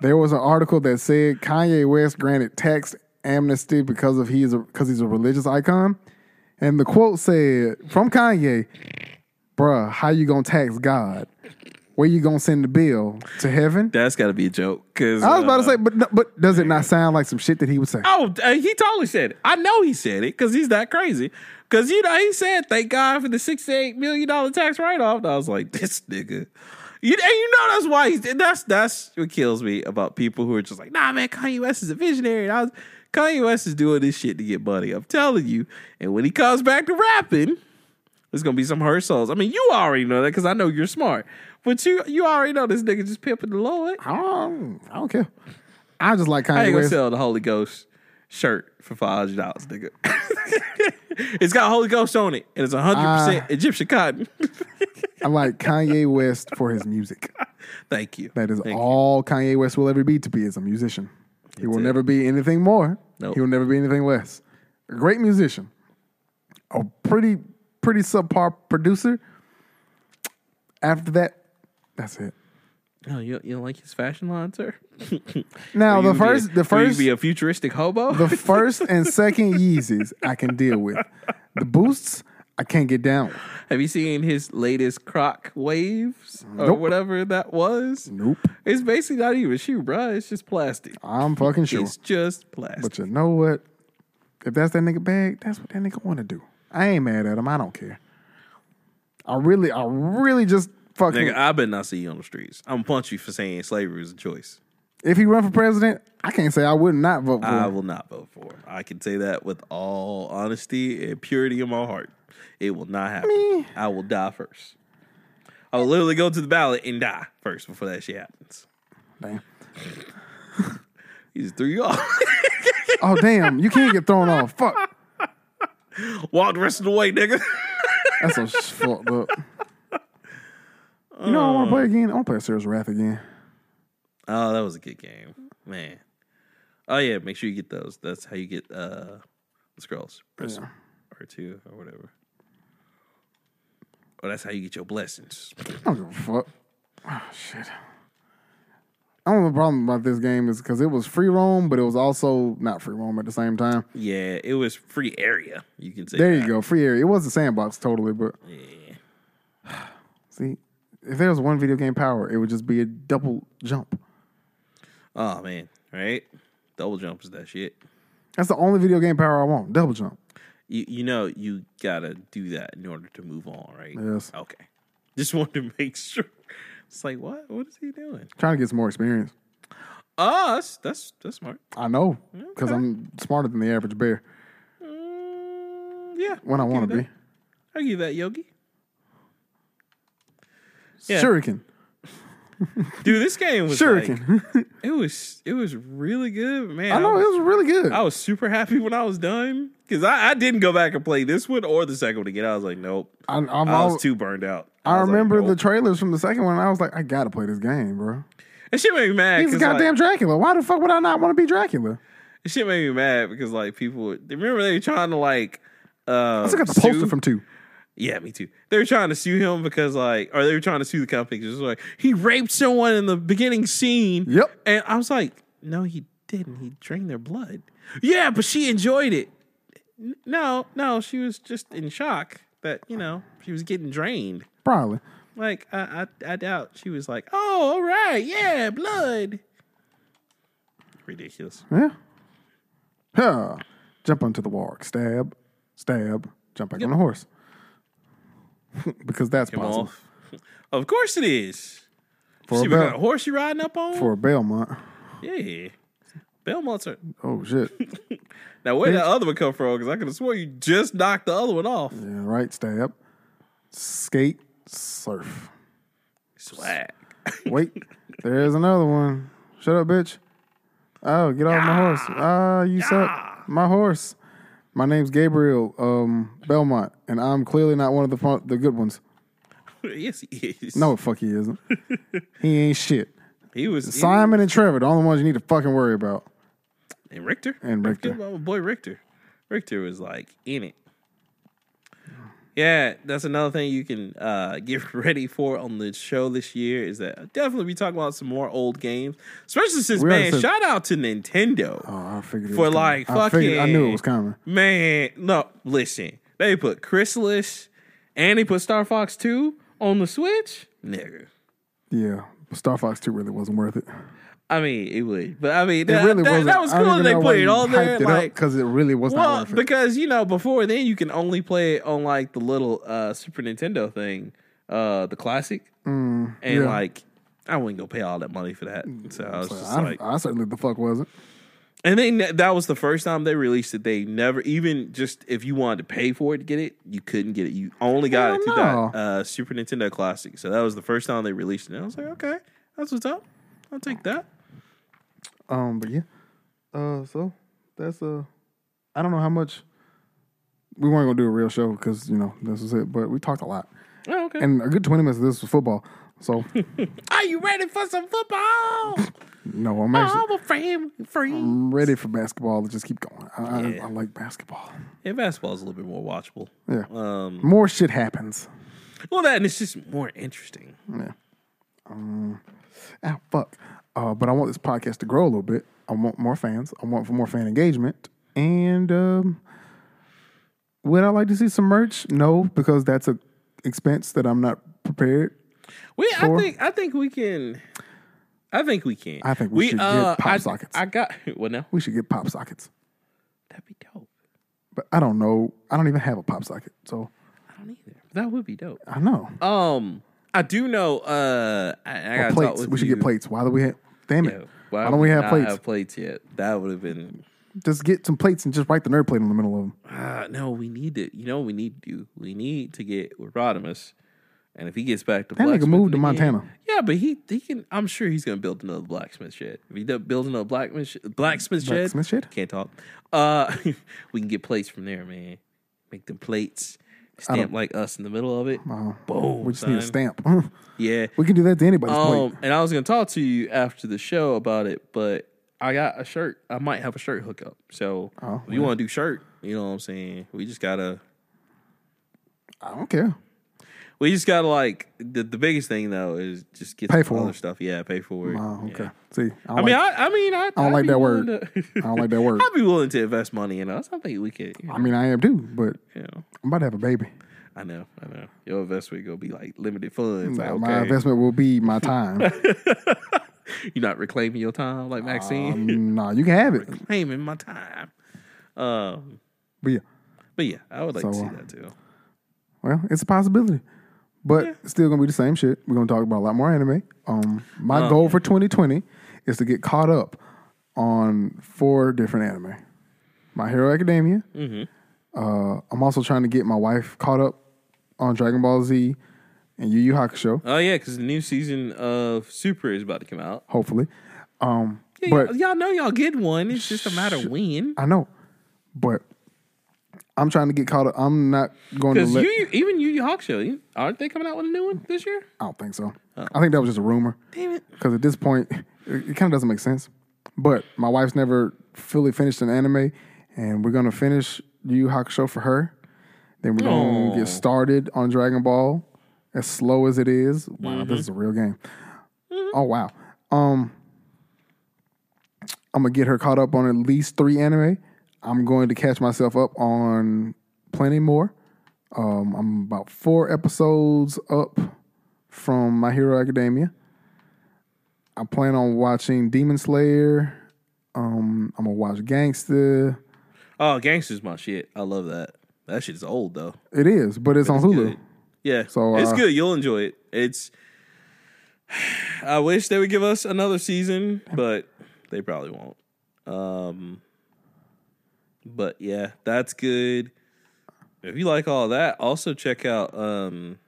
Speaker 1: There was an article that said Kanye West granted tax amnesty because of he is because he's a religious icon, and the quote said from Kanye, "Bruh, how you gonna tax God? Where you gonna send the bill to heaven?"
Speaker 2: That's got to be a joke. Cause uh,
Speaker 1: I was about to say, but but does it not sound like some shit that he would say?
Speaker 2: Oh, uh, he totally said it. I know he said it because he's that crazy. Because you know he said, "Thank God for the sixty-eight million dollar tax write-off." And I was like, "This nigga," you and you know that's why he's that's that's what kills me about people who are just like, "Nah, man, Kanye West is a visionary." And I was, Kanye West is doing this shit to get money. I'm telling you. And when he comes back to rapping, there's gonna be some hurt souls. I mean, you already know that because I know you're smart, but you you already know this nigga just pimping the Lord.
Speaker 1: I don't, I don't care. I just like
Speaker 2: I
Speaker 1: Kanye
Speaker 2: ain't gonna
Speaker 1: West.
Speaker 2: sell the Holy Ghost shirt for five hundred dollars, nigga. it's got Holy Ghost on it, and it's hundred
Speaker 1: Ah.
Speaker 2: percent Egyptian cotton.
Speaker 1: I like Kanye West for his music.
Speaker 2: Thank you.
Speaker 1: That is
Speaker 2: Thank you.
Speaker 1: all Kanye West will ever be to be as a musician. He will
Speaker 2: it.
Speaker 1: never be anything more.
Speaker 2: Nope.
Speaker 1: He will never be anything less. A great musician, a pretty pretty subpar producer. After that, that's it.
Speaker 2: No, Oh, you, you don't like his fashion line, sir.
Speaker 1: Now the
Speaker 2: You can be
Speaker 1: first,
Speaker 2: a-
Speaker 1: the
Speaker 2: will you
Speaker 1: first,
Speaker 2: be a futuristic hobo.
Speaker 1: the first and second Yeezys I can deal with. The Boosts I can't get down. with.
Speaker 2: Have you seen his latest Croc waves or
Speaker 1: Nope.
Speaker 2: whatever that was?
Speaker 1: Nope,
Speaker 2: It's basically not even shoe, bro. It's just plastic.
Speaker 1: I'm fucking sure.
Speaker 2: It's just plastic.
Speaker 1: But you know what? If that's that nigga bag, that's what that nigga want to do. I ain't mad at him. I don't care. I really, I really just fucking.
Speaker 2: Nigga, I bet not see you on the streets. I'm punch you for saying slavery is a choice.
Speaker 1: if he run for president, I can't say I would not vote for
Speaker 2: I
Speaker 1: him.
Speaker 2: will not vote for him. I can say that with all honesty and purity in my heart. It will not happen. I will die first. I will literally go to the ballot and die first before that shit happens.
Speaker 1: Damn.
Speaker 2: He just threw you off.
Speaker 1: Oh damn! You can't get thrown off. Fuck.
Speaker 2: Walk the rest of the way, nigga.
Speaker 1: That's so sh- fucked up. You know what I want to play again? I want to play Serious Wrath again.
Speaker 2: oh, that was a good game. Man. Oh yeah, make sure you get those. That's how you get uh the scrolls. Press
Speaker 1: Yeah.
Speaker 2: R2 or whatever. Oh, that's how you get your blessings.
Speaker 1: I don't give a fuck. Oh shit. I don't know the problem about this game is because it was free roam, but it was also not free roam at the same time.
Speaker 2: Yeah, it was free area. You can say
Speaker 1: There
Speaker 2: that.
Speaker 1: you go, free area. It was a sandbox totally, but
Speaker 2: Yeah.
Speaker 1: See, if there was one video game power, it would just be a double jump.
Speaker 2: Oh man, right? Double jump is that shit.
Speaker 1: That's the only video game power I want. Double jump.
Speaker 2: You you know you gotta do that in order to move on, right?
Speaker 1: Yes.
Speaker 2: Okay. Just wanted to make sure. It's like what? What is he doing?
Speaker 1: Trying to get some more experience.
Speaker 2: Oh, that's that's, that's smart.
Speaker 1: I know, because I'm smarter than the average bear
Speaker 2: Mm, yeah.
Speaker 1: when I want to be.
Speaker 2: I give you that Yogi. Yeah.
Speaker 1: Shuriken.
Speaker 2: Dude, this game was like,
Speaker 1: Shuriken.
Speaker 2: it was it was really good, man.
Speaker 1: I know,
Speaker 2: was-
Speaker 1: it was really good.
Speaker 2: I was super happy when I was done because I, I didn't go back and play this one or the second one again. I was like, nope.
Speaker 1: I, I'm
Speaker 2: I
Speaker 1: all-
Speaker 2: was too burned out.
Speaker 1: I
Speaker 2: was like,
Speaker 1: remember the
Speaker 2: nope.
Speaker 1: trailers from the second one, and I was like, I gotta play this game, bro.
Speaker 2: and shit made me mad.
Speaker 1: He's a
Speaker 2: 'cause, like,
Speaker 1: goddamn Dracula. Why the fuck would I not want to be Dracula?
Speaker 2: This shit made me mad because like people they- remember they were trying to like uh
Speaker 1: I still got the poster
Speaker 2: sue-
Speaker 1: from two.
Speaker 2: Yeah, me too. They were trying to sue him because like or they were trying to sue the company because like he raped someone in the beginning scene.
Speaker 1: Yep.
Speaker 2: And I was like, no, he didn't. He drained their blood. Yeah, but she enjoyed it. N- No, no, she was just in shock that, you know, she was getting drained.
Speaker 1: Probably.
Speaker 2: Like I I, I doubt she was like, "Oh, all right. Yeah, blood." Ridiculous.
Speaker 1: Yeah. Huh. Jump onto the warg. Stab. Stab. Jump back on the horse. because that's
Speaker 2: Come
Speaker 1: possible.
Speaker 2: off. Of course it is.
Speaker 1: For
Speaker 2: See
Speaker 1: a,
Speaker 2: what kind
Speaker 1: Bel-
Speaker 2: of horse you riding up on?
Speaker 1: for a Belmont.
Speaker 2: yeah. Belmont's are.
Speaker 1: Oh shit. yeah,
Speaker 2: Now, where did that other one come from? Because I could have sworn you just knocked the other one off.
Speaker 1: right, stab. Skate. Surf.
Speaker 2: Swag.
Speaker 1: Wait, there's another one. Shut up, bitch. Oh, get off my horse. Ah, you suck. My horse. My name's Gabriel um, Belmont, and I'm clearly not one of the fun- the good ones.
Speaker 2: yes, he is.
Speaker 1: No, fuck, he isn't. he ain't shit.
Speaker 2: he was he-
Speaker 1: Simon and Trevor, the only ones you need to fucking worry about.
Speaker 2: and Richter
Speaker 1: And Richter.
Speaker 2: my boy Richter. Richter was like in it. Yeah, that's another thing you can uh, get ready for on the show this year is that I'll definitely be talking about some more old games, especially since
Speaker 1: We already
Speaker 2: man,
Speaker 1: said-
Speaker 2: shout out to Nintendo.
Speaker 1: Oh, I figured it was
Speaker 2: For,
Speaker 1: coming.
Speaker 2: like,
Speaker 1: I figured- I knew it
Speaker 2: fucking-
Speaker 1: was coming.
Speaker 2: Man, no, listen. They put Chrysalis and they put Star Fox 2 on the Switch. Nigga.
Speaker 1: Yeah, Star Fox Two really wasn't worth it.
Speaker 2: I mean, it would. But I mean,
Speaker 1: It
Speaker 2: that,
Speaker 1: really
Speaker 2: that-
Speaker 1: wasn't.
Speaker 2: that was cool that they put it all there. Like,
Speaker 1: because it really was
Speaker 2: well,
Speaker 1: not worth it.
Speaker 2: because, you know, before then, you can only play it on like the little uh, Super Nintendo thing, uh, the classic. and
Speaker 1: Mm, yeah.
Speaker 2: like, I wouldn't go pay all that money for that. So I was
Speaker 1: So
Speaker 2: just
Speaker 1: I,
Speaker 2: like,
Speaker 1: I certainly the fuck wasn't.
Speaker 2: And they ne- that was the first time they released it. They never even just if you wanted to pay for it to get it, you couldn't get it. You only got
Speaker 1: Hell
Speaker 2: it through
Speaker 1: no.
Speaker 2: that uh, Super Nintendo Classic. So that was the first time they released it. And I was like, okay, that's what's up. I'll take that.
Speaker 1: Um, but yeah. Uh, so that's uh, I don't know how much. We weren't gonna do a real show because you know this was it, but we talked a lot,
Speaker 2: Oh, okay.
Speaker 1: and a good twenty minutes of this was football. So
Speaker 2: Are you ready for some football?
Speaker 1: no, I'm actually
Speaker 2: I'm a frame free.
Speaker 1: I'm ready for basketball to just keep going. I, I-
Speaker 2: Yeah.
Speaker 1: I like basketball.
Speaker 2: Yeah, basketball's a little bit more watchable.
Speaker 1: Yeah,
Speaker 2: Um,
Speaker 1: more shit happens.
Speaker 2: well, that and it's just more interesting.
Speaker 1: ah, fuck. Uh, but I want this podcast to grow a little bit. I want more fans. I want for more fan engagement. And um, would I like to see some merch? No, because that's a expense that I'm not prepared.
Speaker 2: We,
Speaker 1: Four?
Speaker 2: I think, I think we can. I think we can.
Speaker 1: I think we should get pop
Speaker 2: I,
Speaker 1: sockets.
Speaker 2: I got well now.
Speaker 1: We should get pop sockets,
Speaker 2: That'd be dope.
Speaker 1: but I don't know. I don't even have a pop socket, so
Speaker 2: I don't either. That would be dope.
Speaker 1: I know.
Speaker 2: Um, I do know. Uh, I, I
Speaker 1: Or
Speaker 2: gotta talk
Speaker 1: plates.
Speaker 2: with
Speaker 1: We should
Speaker 2: you.
Speaker 1: get plates. Why do we have? Damn it!
Speaker 2: Yeah,
Speaker 1: Why don't we have
Speaker 2: not
Speaker 1: plates?
Speaker 2: Have plates yet? That would have been.
Speaker 1: Just get some plates and just write the nerd plate in the middle of them.
Speaker 2: Uh, no, we need to. You know, what we need to. do? We need to get with Rodimus, and if he gets back to
Speaker 1: That nigga
Speaker 2: blacksmithing
Speaker 1: moved to
Speaker 2: again-
Speaker 1: Montana.
Speaker 2: yeah, but he he can. I'm sure he's gonna build another blacksmith shed. If he does build another blacksmith sh- blacksmith shed,
Speaker 1: Blacksmith shed?
Speaker 2: can't talk. Uh, we can get plates from there, man. Make them plates. Stamp like us in the middle of it. Boom.
Speaker 1: Uh-huh. We just need a
Speaker 2: son.
Speaker 1: stamp.
Speaker 2: Yeah.
Speaker 1: we can do that to anybody's plate.
Speaker 2: Um, and I was gonna talk to you after the show about it, but I got a shirt. I might have a shirt hookup. So
Speaker 1: Oh,
Speaker 2: if you want to do shirt, you know what I'm saying. We just gotta,
Speaker 1: I don't care.
Speaker 2: we just gotta like the, the biggest thing though is just get
Speaker 1: Pay
Speaker 2: some
Speaker 1: for
Speaker 2: other
Speaker 1: it.
Speaker 2: stuff. Yeah, pay for it.
Speaker 1: Oh, okay.
Speaker 2: Yeah.
Speaker 1: See,
Speaker 2: I mean, I, I mean, I,
Speaker 1: don't
Speaker 2: I'd
Speaker 1: like
Speaker 2: be
Speaker 1: that
Speaker 2: willing
Speaker 1: word.
Speaker 2: to-
Speaker 1: I don't like that word.
Speaker 2: I'd be willing to invest money in us. I think we could. You know,
Speaker 1: I mean, I am too, but
Speaker 2: you know.
Speaker 1: I'm about to have a baby.
Speaker 2: I know, I know. Your investment gonna be like limited funds. Like,
Speaker 1: My
Speaker 2: okay,
Speaker 1: investment will be my time.
Speaker 2: you're not reclaiming your time like Maxine.
Speaker 1: um, nah, you can have it.
Speaker 2: reclaiming my time. Um,
Speaker 1: But yeah,
Speaker 2: But yeah, I would like to
Speaker 1: So,
Speaker 2: see
Speaker 1: uh,
Speaker 2: that too.
Speaker 1: well, it's a possibility. But it's still gonna be the same shit. We're gonna talk about a lot more anime. Um, my
Speaker 2: Oh,
Speaker 1: goal for 2020 is to get caught up on four different anime. My Hero Academia.
Speaker 2: Mm-hmm.
Speaker 1: Uh, I'm also trying to get my wife caught up on Dragon Ball Z and Yu Yu Hakusho.
Speaker 2: Oh yeah, because the new season of Super is about to come out.
Speaker 1: Hopefully, um,
Speaker 2: Yeah,
Speaker 1: but
Speaker 2: y'all, y'all know y'all get one. It's just a matter of when.
Speaker 1: I know, but I'm trying to get caught up. I'm not going to
Speaker 2: Because
Speaker 1: let.
Speaker 2: you even Yu Yu Hakusho, you- aren't they coming out with a new one this year?
Speaker 1: I don't think so. I think that was just a rumor.
Speaker 2: Damn it!
Speaker 1: Because at this point, it, it kind of doesn't make sense. But my wife's never fully finished an anime, and we're gonna finish Yu Yu Hakusho for her. Then we're gonna
Speaker 2: Aw.
Speaker 1: get started on Dragon Ball. As slow as it is, wow, this is a real game. Oh wow. Um, I'm gonna get her caught up on at least three anime. I'm going to catch myself up on plenty more. Um, I'm about four episodes up from My Hero Academia. I plan on watching Demon Slayer. Um, I'm gonna watch Gangsta.
Speaker 2: Oh, Gangster's my shit. I love that. That shit's old though.
Speaker 1: It is, but it's on Hulu.
Speaker 2: Good. Yeah,
Speaker 1: So,
Speaker 2: it's
Speaker 1: uh,
Speaker 2: good. You'll enjoy it. It's. I wish they would give us another season, but they probably won't. Um, but yeah, that's good. If you like all that, also check out um,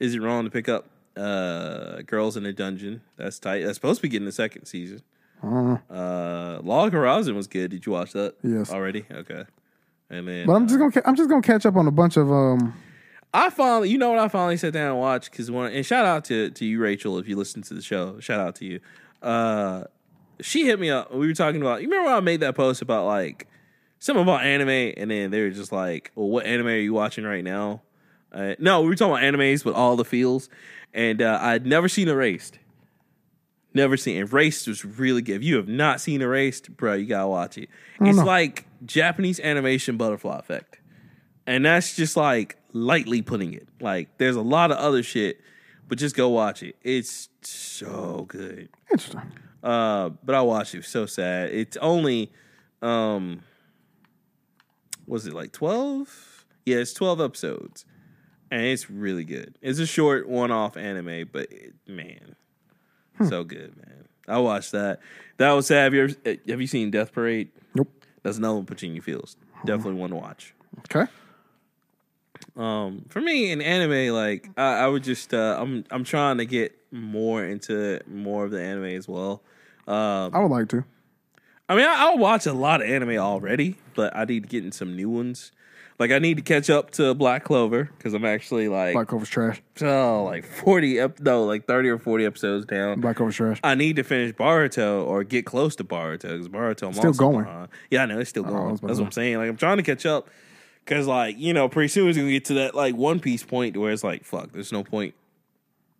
Speaker 2: Is it wrong to pick up uh, Girls in a Dungeon? That's tight. That's supposed to be getting the second season. Uh, Log Horizon was good. Did you watch that?
Speaker 1: Uh-huh. Yes.
Speaker 2: Already? Okay. And then
Speaker 1: But I'm just gonna ca- I'm just gonna catch up on a bunch of um.
Speaker 2: I finally, you know what? I finally sat down and watched because one. And shout out to to you, Rachel, if you listen to the show. Shout out to you. Uh, she hit me up. We were talking about. You remember when I made that post about like something about anime, and then they were just like, "Well, what anime are you watching right now?" Uh, no, we were talking about animes with all the feels, and uh, I'd never seen Erased. Never seen Erased was really good. If you have not seen Erased, bro, you gotta watch it. It's like Japanese animation butterfly effect. And that's just like lightly putting it. Like there's a lot of other shit, but just go watch it. It's so good.
Speaker 1: Interesting.
Speaker 2: Uh, but I watched it. It was so sad. It's only um was it like 12? Yeah, it's 12 episodes. And it's really good. It's a short one-off anime, but it, man, so good, man. I watched that. That was sad. Have you ever, eh, have you seen Death Parade?
Speaker 1: Nope.
Speaker 2: That's another one put you in your feels. Definitely one to watch.
Speaker 1: Okay.
Speaker 2: Um, for me in anime, like I, I would just uh, I'm I'm trying to get more into more of the anime as well. Um,
Speaker 1: I would like to.
Speaker 2: I mean, I, I watch a lot of anime already, but I need to get in some new ones. Like I need to catch up to Black Clover because I'm actually like
Speaker 1: Black Cover's trash.
Speaker 2: oh, like forty up no like thirty or forty episodes down.
Speaker 1: Black Cover's trash.
Speaker 2: I need to finish Baruto or get close to Baruto because Baruto I'm
Speaker 1: Still
Speaker 2: also
Speaker 1: going.
Speaker 2: behind. Yeah, I know it's still going.
Speaker 1: was
Speaker 2: That's
Speaker 1: about
Speaker 2: what
Speaker 1: to-
Speaker 2: I'm saying. Like I'm trying to catch up because like you know pretty soon it's gonna get to that like One Piece point where it's like fuck, there's no point.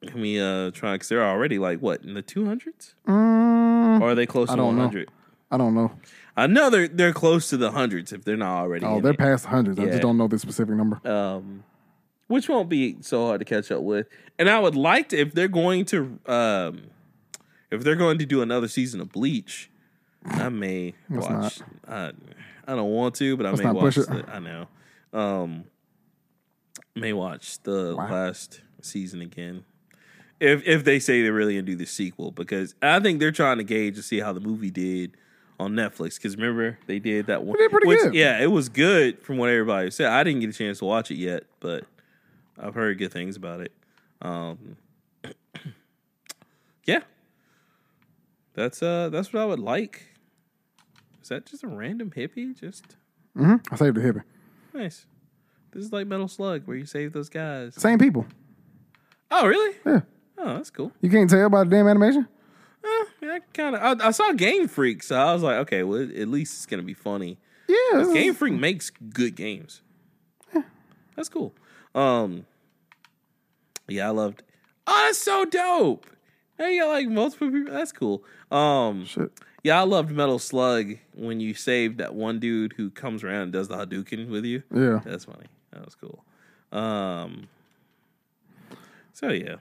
Speaker 2: in me uh trying because they're already like what in the two hundreds
Speaker 1: Mm,
Speaker 2: or are they close to
Speaker 1: don't
Speaker 2: one
Speaker 1: know.
Speaker 2: hundred?
Speaker 1: I don't know.
Speaker 2: I know they're they're close to the hundreds if they're not already.
Speaker 1: Oh,
Speaker 2: in
Speaker 1: they're
Speaker 2: it.
Speaker 1: past hundreds. I
Speaker 2: Yeah.
Speaker 1: just don't know the specific number.
Speaker 2: um, which won't be so hard to catch up with. And I would like to if they're going to um, if they're going to do another season of Bleach, I may watch. I, I don't want to, but I may
Speaker 1: not
Speaker 2: watch.
Speaker 1: push it.
Speaker 2: The, I know. Um, may watch the
Speaker 1: Wow.
Speaker 2: last season again. If if they say they're really gonna do the sequel, because I think they're trying to gauge to see how the movie did on Netflix. Because remember they did that one.
Speaker 1: They did pretty
Speaker 2: which-
Speaker 1: good.
Speaker 2: Yeah, it was good from what everybody said. I didn't get a chance to watch it yet, but I've heard good things about it. Um, yeah, that's uh that's what I would like. Is that just a random hippie? Just
Speaker 1: hmm I saved the hippie.
Speaker 2: nice. This is like Metal Slug, where you save those guys.
Speaker 1: Same people.
Speaker 2: Oh, really?
Speaker 1: Yeah.
Speaker 2: Oh, that's cool.
Speaker 1: You can't tell by the damn animation.
Speaker 2: Eh, I, mean, I kind of I, I saw Game Freak, so I was like, okay, well, at least it's gonna be funny.
Speaker 1: Yeah. this is-
Speaker 2: Game Freak makes good games. That's cool. Um, yeah, I loved. Oh, that's so dope. Hey, you got like multiple people. That's cool. Um,
Speaker 1: Shit.
Speaker 2: yeah, I loved Metal Slug when you saved that one dude who comes around and does the Hadouken with you.
Speaker 1: Yeah.
Speaker 2: That's funny. That was cool. Um, so yeah,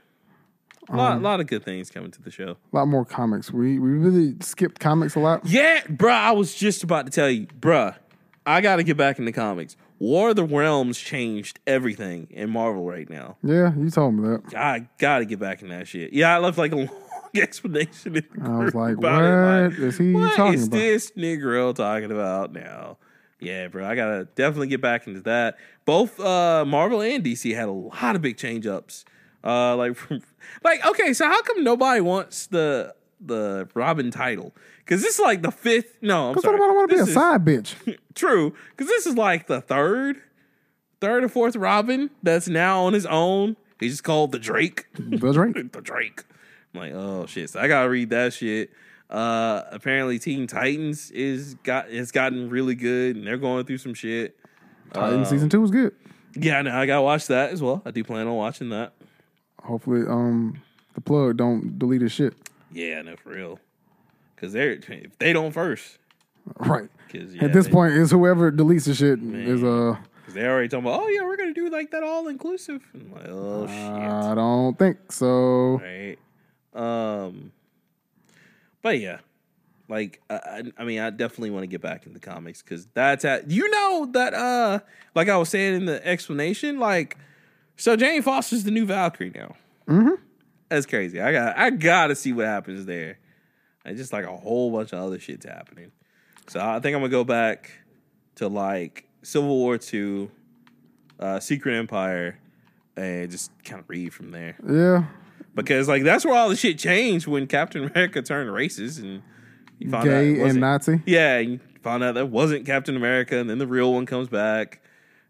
Speaker 2: a lot, lot of good things coming to the show.
Speaker 1: A lot more comics. We we really skipped comics a lot.
Speaker 2: Yeah, bruh, I was just about to tell you, bruh, I got to get back into comics. War of the Realms changed everything in Marvel right now.
Speaker 1: Yeah, you told me that.
Speaker 2: I got to get back in that shit. Yeah, I left like a long explanation. In the
Speaker 1: I was
Speaker 2: group
Speaker 1: like,
Speaker 2: about it,
Speaker 1: "What is he
Speaker 2: what
Speaker 1: talking
Speaker 2: is
Speaker 1: about?"
Speaker 2: this Negro talking about now? Yeah, bro, I gotta definitely get back into that. Both uh, Marvel and DC had a lot of big change ups. Uh, like, like okay, so how come nobody wants the the Robin title? Because this is like the fifth. No, I'm
Speaker 1: Because what
Speaker 2: sorry.
Speaker 1: about I want to be a
Speaker 2: This is-
Speaker 1: side bitch?
Speaker 2: True, because this is like the third, third or fourth Robin that's now on his own. He's just called the Drake.
Speaker 1: That's right.
Speaker 2: the Drake. I'm like, oh shit. So I gotta read that shit. Uh apparently Teen Titans is got it's gotten really good and they're going through some shit. Uh.
Speaker 1: Titan season two was good.
Speaker 2: Yeah, I know I gotta watch that as well. I do plan on watching that.
Speaker 1: Hopefully, um, the plug don't delete his shit.
Speaker 2: Yeah, I know for real. Cause they're if they don't first.
Speaker 1: Right.
Speaker 2: 'Cause, yeah,
Speaker 1: At this
Speaker 2: they-
Speaker 1: point, is whoever deletes the shit is uh.
Speaker 2: 'cause they already talking about, oh yeah, we're gonna do like that all inclusive. I'm like, oh shit.
Speaker 1: I don't think so.
Speaker 2: right? Um, but yeah, like I, I, I mean, I definitely want to get back into comics because that's how you know that. Uh, like I was saying in the explanation, like so Jane Foster's the new Valkyrie now. Mm-hmm. That's crazy. I got I gotta see what happens there. And just like a whole bunch of other shit's happening. So I think I'm gonna go back to like Civil War Two, uh, Secret Empire, and just kind of read from there
Speaker 1: Yeah.
Speaker 2: because like that's where all the shit changed when Captain America turned racist and you found out it
Speaker 1: Gay and
Speaker 2: wasn't-
Speaker 1: Nazi.
Speaker 2: yeah, and you find out that wasn't Captain America, and then the real one comes back,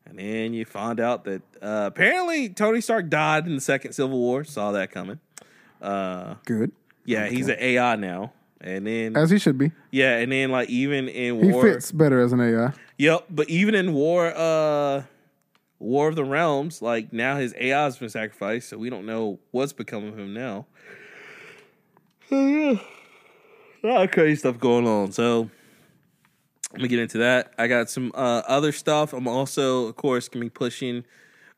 Speaker 2: and then you find out that uh, apparently Tony Stark died in the second Civil War. Saw that coming. Uh,
Speaker 1: Good.
Speaker 2: yeah, he's an AI now, and then
Speaker 1: As he should be.
Speaker 2: yeah, and then like even in
Speaker 1: He
Speaker 2: war,
Speaker 1: fits better as an AI.
Speaker 2: yep, but even in war, uh, War of the Realms, like now his AI's been sacrificed, so we don't know what's become of him now. A lot of crazy stuff going on. So let me get into that. I got some uh, other stuff. I'm also, of course, gonna be pushing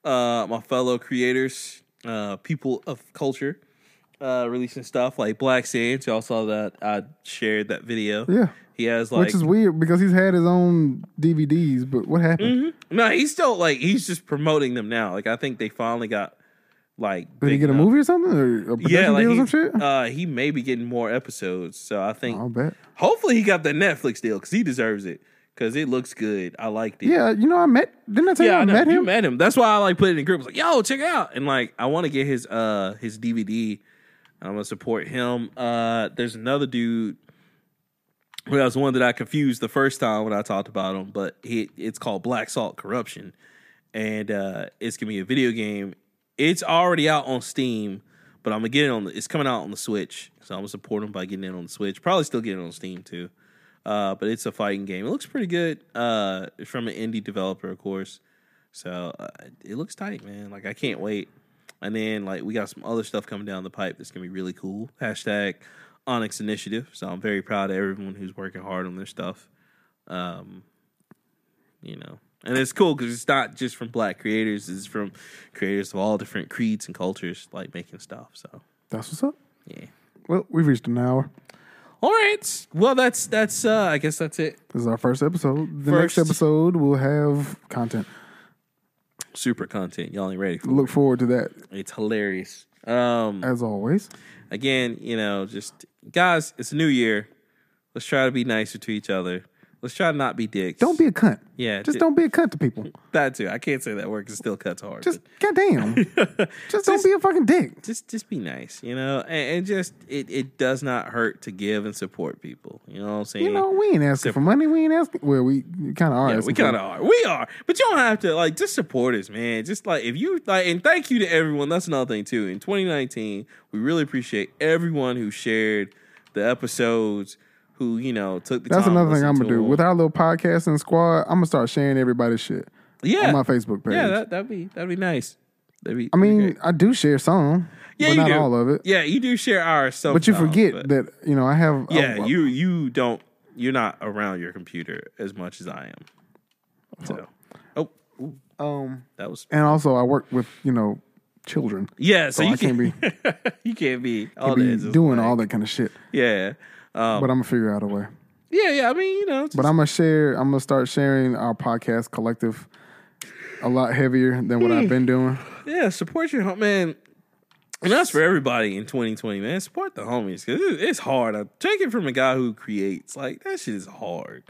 Speaker 2: uh, my fellow creators, uh, people of culture, uh, releasing stuff like Black Sands. Y'all saw that I shared that video.
Speaker 1: Yeah.
Speaker 2: He has like
Speaker 1: Which is weird because he's had his own DVDs, but what happened?
Speaker 2: no, Mm-hmm. he's still like he's just promoting them now. Like I think they finally got like
Speaker 1: Did he
Speaker 2: Mm-hmm. big
Speaker 1: get a
Speaker 2: enough.
Speaker 1: movie or something? Or a production
Speaker 2: Yeah, like
Speaker 1: deal or some
Speaker 2: he's-
Speaker 1: shit? Oh.
Speaker 2: uh, he may be getting more episodes. So I think
Speaker 1: I'll bet.
Speaker 2: hopefully he got the Netflix deal because he deserves it because it looks good. I liked it.
Speaker 1: Yeah, you know, I met, didn't I tell
Speaker 2: Yeah,
Speaker 1: you I,
Speaker 2: I know.
Speaker 1: met
Speaker 2: You
Speaker 1: him?
Speaker 2: met him. That's why I like put it in the group. I was like, yo, check it out. And like, I want to get his uh his DVD. I'm gonna support him. Uh, there's another dude. Well, that was one that I confused the first time when I talked about him, but he it's called Black Salt Corruption, and uh, it's gonna be a video game. It's already out on Steam, but I'm gonna get it on. The, it's coming out on the Switch, so I'm gonna support him by getting it on the Switch. Probably still get it on Steam too. Uh, but it's a fighting game. It looks pretty good. Uh, it's from an indie developer, of course. So uh, it looks tight, man. Like I can't wait. And then like we got some other stuff coming down the pipe that's gonna be really cool. Hashtag Onyx Initiative. So I'm very proud of everyone who's working hard on their stuff. Um, you know, and it's cool because it's not just from Black creators; it's from creators of all different creeds and cultures, like making stuff. So
Speaker 1: That's what's up.
Speaker 2: yeah.
Speaker 1: Well, we've reached an hour.
Speaker 2: All right. Well, that's that's. uh I guess that's it.
Speaker 1: This is our first episode. The
Speaker 2: First.
Speaker 1: next episode, we'll have content.
Speaker 2: Super content. Y'all ain't ready for
Speaker 1: Look forward to that,
Speaker 2: it. It's hilarious. Um,
Speaker 1: as always.
Speaker 2: again, you know, just guys, it's a new year. Let's try to be nicer to each other. Let's try to not be dicks.
Speaker 1: Don't be a cunt.
Speaker 2: Yeah,
Speaker 1: Just
Speaker 2: d-
Speaker 1: don't be a cunt to people.
Speaker 2: that too. I can't say that word because it still cuts hard.
Speaker 1: Just, goddamn. just don't be a fucking dick.
Speaker 2: but just just be nice, you know, and, and just it it does not hurt to give and support people. You know what I'm saying?
Speaker 1: You know, we ain't asking for money. We ain't asking. Well, we kind of are.
Speaker 2: Yeah,
Speaker 1: asking
Speaker 2: we
Speaker 1: for
Speaker 2: kind of are. We are, but you don't have to like just support us, man. Just like if you like, and thank you to everyone. That's another thing too. In 2019, we really appreciate everyone who shared the episodes, who you know took the.
Speaker 1: That's
Speaker 2: time to
Speaker 1: another thing
Speaker 2: listen
Speaker 1: I'm gonna
Speaker 2: to
Speaker 1: do
Speaker 2: them.
Speaker 1: with our little podcasting squad. I'm gonna start sharing everybody's shit
Speaker 2: yeah,
Speaker 1: on my Facebook page.
Speaker 2: Yeah, that, that'd be that'd be nice. That'd be.
Speaker 1: I
Speaker 2: that'd be
Speaker 1: mean,
Speaker 2: great.
Speaker 1: I do share some,
Speaker 2: yeah,
Speaker 1: but
Speaker 2: you
Speaker 1: not
Speaker 2: do.
Speaker 1: all of it.
Speaker 2: Yeah, you do share ours.
Speaker 1: But you
Speaker 2: sometimes,
Speaker 1: forget
Speaker 2: but-
Speaker 1: that you know I have.
Speaker 2: yeah,
Speaker 1: I,
Speaker 2: you you don't you're not around your computer as much as I am. So, oh, ooh,
Speaker 1: um,
Speaker 2: that was
Speaker 1: and also I work with you know children.
Speaker 2: yeah.
Speaker 1: So
Speaker 2: So, you
Speaker 1: Oh, I can't be,
Speaker 2: you can't be all
Speaker 1: be
Speaker 2: that. Just
Speaker 1: doing
Speaker 2: like-
Speaker 1: all that kind of shit.
Speaker 2: Yeah. Um,
Speaker 1: But I'm gonna figure out a way.
Speaker 2: yeah, yeah. I mean, you know, just,
Speaker 1: But I'm gonna share. I'm gonna start sharing our podcast collective a lot heavier than what I've
Speaker 2: Hmm.
Speaker 1: been doing.
Speaker 2: yeah, support your home, man. And that's for everybody in 2020, man. Support the homies because it, it's hard. I take it from a guy who creates. Like that shit is hard.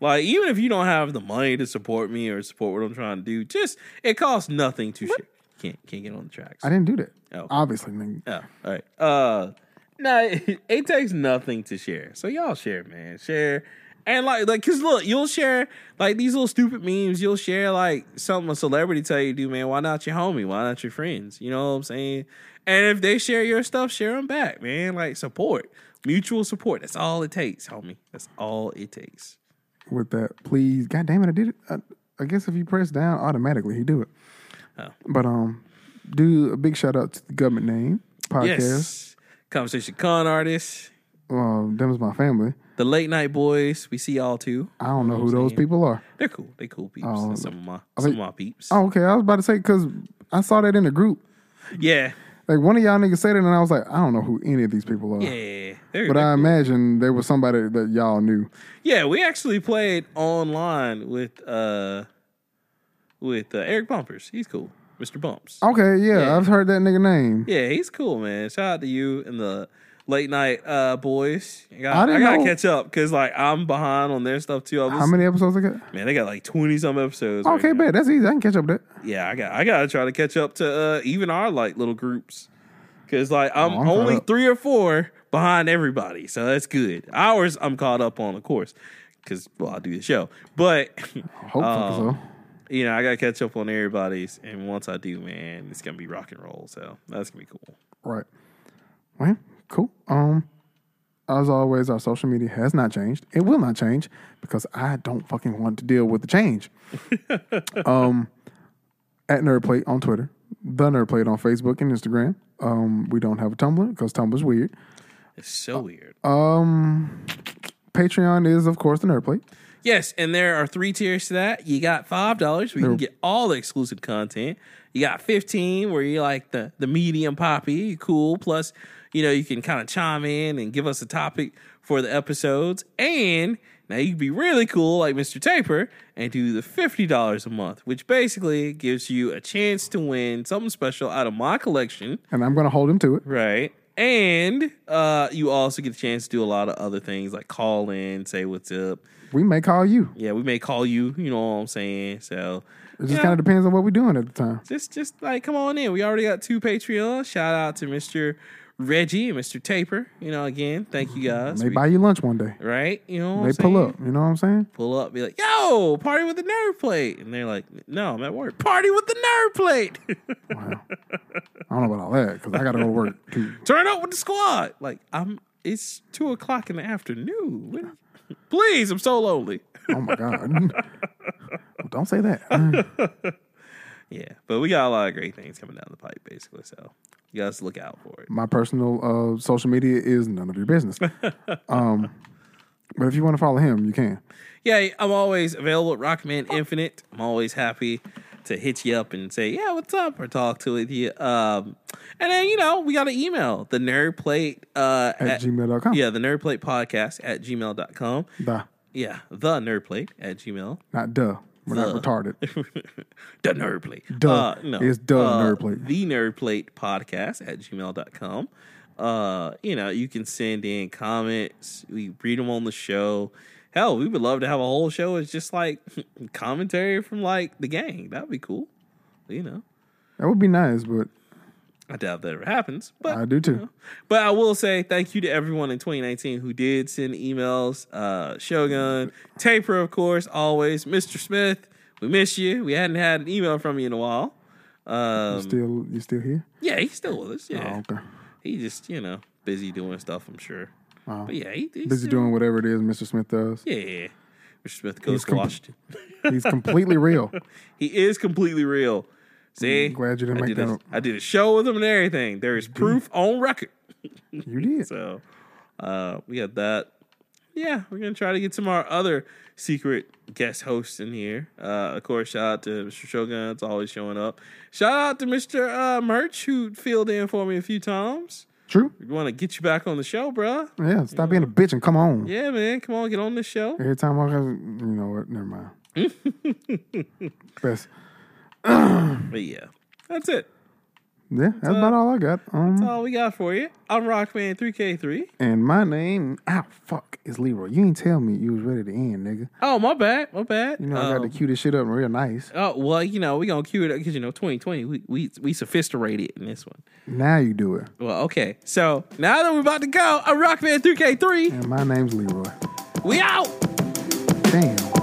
Speaker 2: Like even if you don't have the money to support me or support what I'm trying to do, just it costs nothing to share. Can't can't get on the tracks.
Speaker 1: I didn't do that.
Speaker 2: Oh.
Speaker 1: Obviously, nigga.
Speaker 2: Oh, all right. Uh, no, it, it takes nothing to share. So y'all share, man. Share. And like, like, cause look, you'll share like these little stupid memes. You'll share like something a celebrity tell you to do, man. Why not your homie? Why not your friends? You know what I'm saying? And if they share your stuff, share them back, man. Like support, mutual support. That's all it takes, homie. That's all it takes.
Speaker 1: with that. Please, God damn it, I did it. I, I guess if you press down, automatically he do it.
Speaker 2: Oh.
Speaker 1: But um, do a big shout out to the government name podcast.
Speaker 2: Yes. Conversation con artists,
Speaker 1: Um, them is my family.
Speaker 2: the late night boys. We see y'all too.
Speaker 1: I don't know who those people are.
Speaker 2: They're cool. They cool peeps.
Speaker 1: Oh,
Speaker 2: That's some of my some of my peeps.
Speaker 1: Oh, okay. I was about to say because I saw that in the group.
Speaker 2: Yeah.
Speaker 1: Like one of y'all niggas said it, and I was like, I don't know who any of these people are.
Speaker 2: Yeah, they're-
Speaker 1: But
Speaker 2: they're
Speaker 1: I
Speaker 2: cool.
Speaker 1: imagine there was somebody that y'all knew.
Speaker 2: yeah, we actually played online with uh with uh, Eric Bumpers. He's cool, Mr. Bumps.
Speaker 1: Okay, yeah,
Speaker 2: Yeah.
Speaker 1: I've heard that nigga name.
Speaker 2: Yeah, he's cool, man. Shout out to you and the late night uh, boys. I, got,
Speaker 1: I
Speaker 2: I,
Speaker 1: didn't
Speaker 2: gotta
Speaker 1: know-
Speaker 2: catch up because like I'm behind on their stuff too. I was,
Speaker 1: How many episodes I got?
Speaker 2: man, they got like twenty some episodes. right
Speaker 1: Okay,
Speaker 2: now.
Speaker 1: bet that's easy. I can catch up with that.
Speaker 2: yeah, I got I gotta try to catch up to uh, even our like little groups because like I'm,
Speaker 1: Oh, I'm caught
Speaker 2: only
Speaker 1: up.
Speaker 2: three or four behind everybody, so that's good. Ours I'm caught up on, of course, because well I do the show, but
Speaker 1: Hopefully
Speaker 2: Um,
Speaker 1: so. uh,
Speaker 2: you know I gotta catch up on everybody's, and once I do, man, it's gonna be rock and roll. So that's gonna be cool.
Speaker 1: Right. Well, cool. Um, as always, our social media has not changed. It will not change because I don't fucking want to deal with the change. um, at Nerdplate on Twitter, the Nerdplate on Facebook and Instagram. Um, we don't have a Tumblr because Tumblr's weird.
Speaker 2: It's so
Speaker 1: Oh.
Speaker 2: weird.
Speaker 1: Um, Patreon is of course the Nerdplate.
Speaker 2: Yes, and there are three tiers to that. You got five dollars where you can get all the exclusive content. You got fifteen where you like the the medium poppy, you cool. Plus, you know you can kind of chime in and give us a topic for the episodes. And now you can be really cool like Mr. Taper and do the fifty dollars a month, which basically gives you a chance to win something special out of my collection.
Speaker 1: And I'm going to hold him to it.
Speaker 2: Right. And uh, you also get a chance to do a lot of other things like call in, say what's up,
Speaker 1: We may call you.
Speaker 2: yeah, we may call you. You know what I'm saying? So
Speaker 1: It
Speaker 2: you
Speaker 1: just
Speaker 2: know,
Speaker 1: kind of depends on what we're doing at the time.
Speaker 2: just just like come on in. We already got two Patreon. Shout out to Mr. Reggie and Mr. Taper. You know, again, thank you guys.
Speaker 1: Mm-hmm. They
Speaker 2: We-
Speaker 1: buy you lunch one day.
Speaker 2: right? You know, what
Speaker 1: They
Speaker 2: I'm
Speaker 1: pull
Speaker 2: saying?
Speaker 1: up. You know what I'm saying?
Speaker 2: pull up, be like, "Yo, party with the nerd plate," and they're like, "No, I'm at work. Party with the nerd plate.
Speaker 1: Wow. I don't know about all that because I got to go to work too.
Speaker 2: Turn up with the squad." Like I'm. It's two o'clock in the afternoon. What- Please, I'm so lonely.
Speaker 1: Oh my god! Don't say that.
Speaker 2: Yeah, but we got a lot of great things coming down the pipe, basically. So you guys look out for it.
Speaker 1: My personal uh, social media is none of your business. Um, but if you want to follow him, you can.
Speaker 2: yeah, I'm always available at Rockman Infinite. I'm always happy to hit you up and say, yeah, what's up, or talk to with you. Um, and then, you know, we got an email, the nerdplate, uh,
Speaker 1: At,
Speaker 2: at,
Speaker 1: gmail.com.
Speaker 2: yeah, the nerdplate podcast at gmail.com.
Speaker 1: Duh.
Speaker 2: Yeah, the nerdplate at gmail.
Speaker 1: Not duh. We're
Speaker 2: Duh.
Speaker 1: not retarded.
Speaker 2: the nerdplate.
Speaker 1: Duh.
Speaker 2: Uh, no.
Speaker 1: It's duh,
Speaker 2: Uh,
Speaker 1: nerdplate.
Speaker 2: The nerdplate podcast at gmail.com. Uh, you know, you can send in comments. We read them on the show. Hell, we would love to have a whole show. It's just like commentary from like the gang. That'd be cool. You know,
Speaker 1: That would be nice, but
Speaker 2: I doubt that ever happens, but
Speaker 1: I do too.
Speaker 2: but I will say thank you to everyone in 2019 who did send emails. Uh, Shogun, Taper, of course, always. Mr. Smith, we miss you. We hadn't had an email from you in a while. Um,
Speaker 1: Still, you still here?
Speaker 2: yeah, he's still with us. Yeah,
Speaker 1: Oh, okay.
Speaker 2: he just you know busy doing stuff. I'm sure. But yeah, he, he's
Speaker 1: Busy
Speaker 2: still-
Speaker 1: doing whatever it is Mr. Smith does.
Speaker 2: Yeah, yeah. Mr. Smith goes to
Speaker 1: com-
Speaker 2: Washington.
Speaker 1: He's completely real.
Speaker 2: He is completely real. See,
Speaker 1: glad you didn't
Speaker 2: I
Speaker 1: make
Speaker 2: did
Speaker 1: that
Speaker 2: a-
Speaker 1: up.
Speaker 2: I did a show with him and everything. There is proof on record.
Speaker 1: You did.
Speaker 2: So uh, we got that. Yeah, we're gonna try to get some of our other secret guest hosts in here. Uh, of course, shout out to Mr. Shogun. It's always showing up. Shout out to Mr. Uh, Merch who filled in for me a few times.
Speaker 1: True.
Speaker 2: We want to get you back on the show, bruh.
Speaker 1: Yeah. Stop being a bitch and come on.
Speaker 2: Yeah, man, come on, get on the show.
Speaker 1: Every time I, you know what? Never mind. Best.
Speaker 2: But yeah, that's it.
Speaker 1: Yeah, that's about all I got. Um,
Speaker 2: That's all we got for you. I'm Rockman 3K3.
Speaker 1: And my name, ow, fuck, is Leroy. You ain't tell me you was ready to end, nigga.
Speaker 2: Oh, my bad, my bad.
Speaker 1: You know I got to
Speaker 2: Um,
Speaker 1: cue this shit up real nice.
Speaker 2: Oh well, you know we gonna cue it up because you know 2020 we we we sophisticated in this one.
Speaker 1: Now you do it.
Speaker 2: Well, okay. So now that we're about to go, I'm Rockman 3K3.
Speaker 1: And my name's Leroy.
Speaker 2: We out.
Speaker 1: Damn.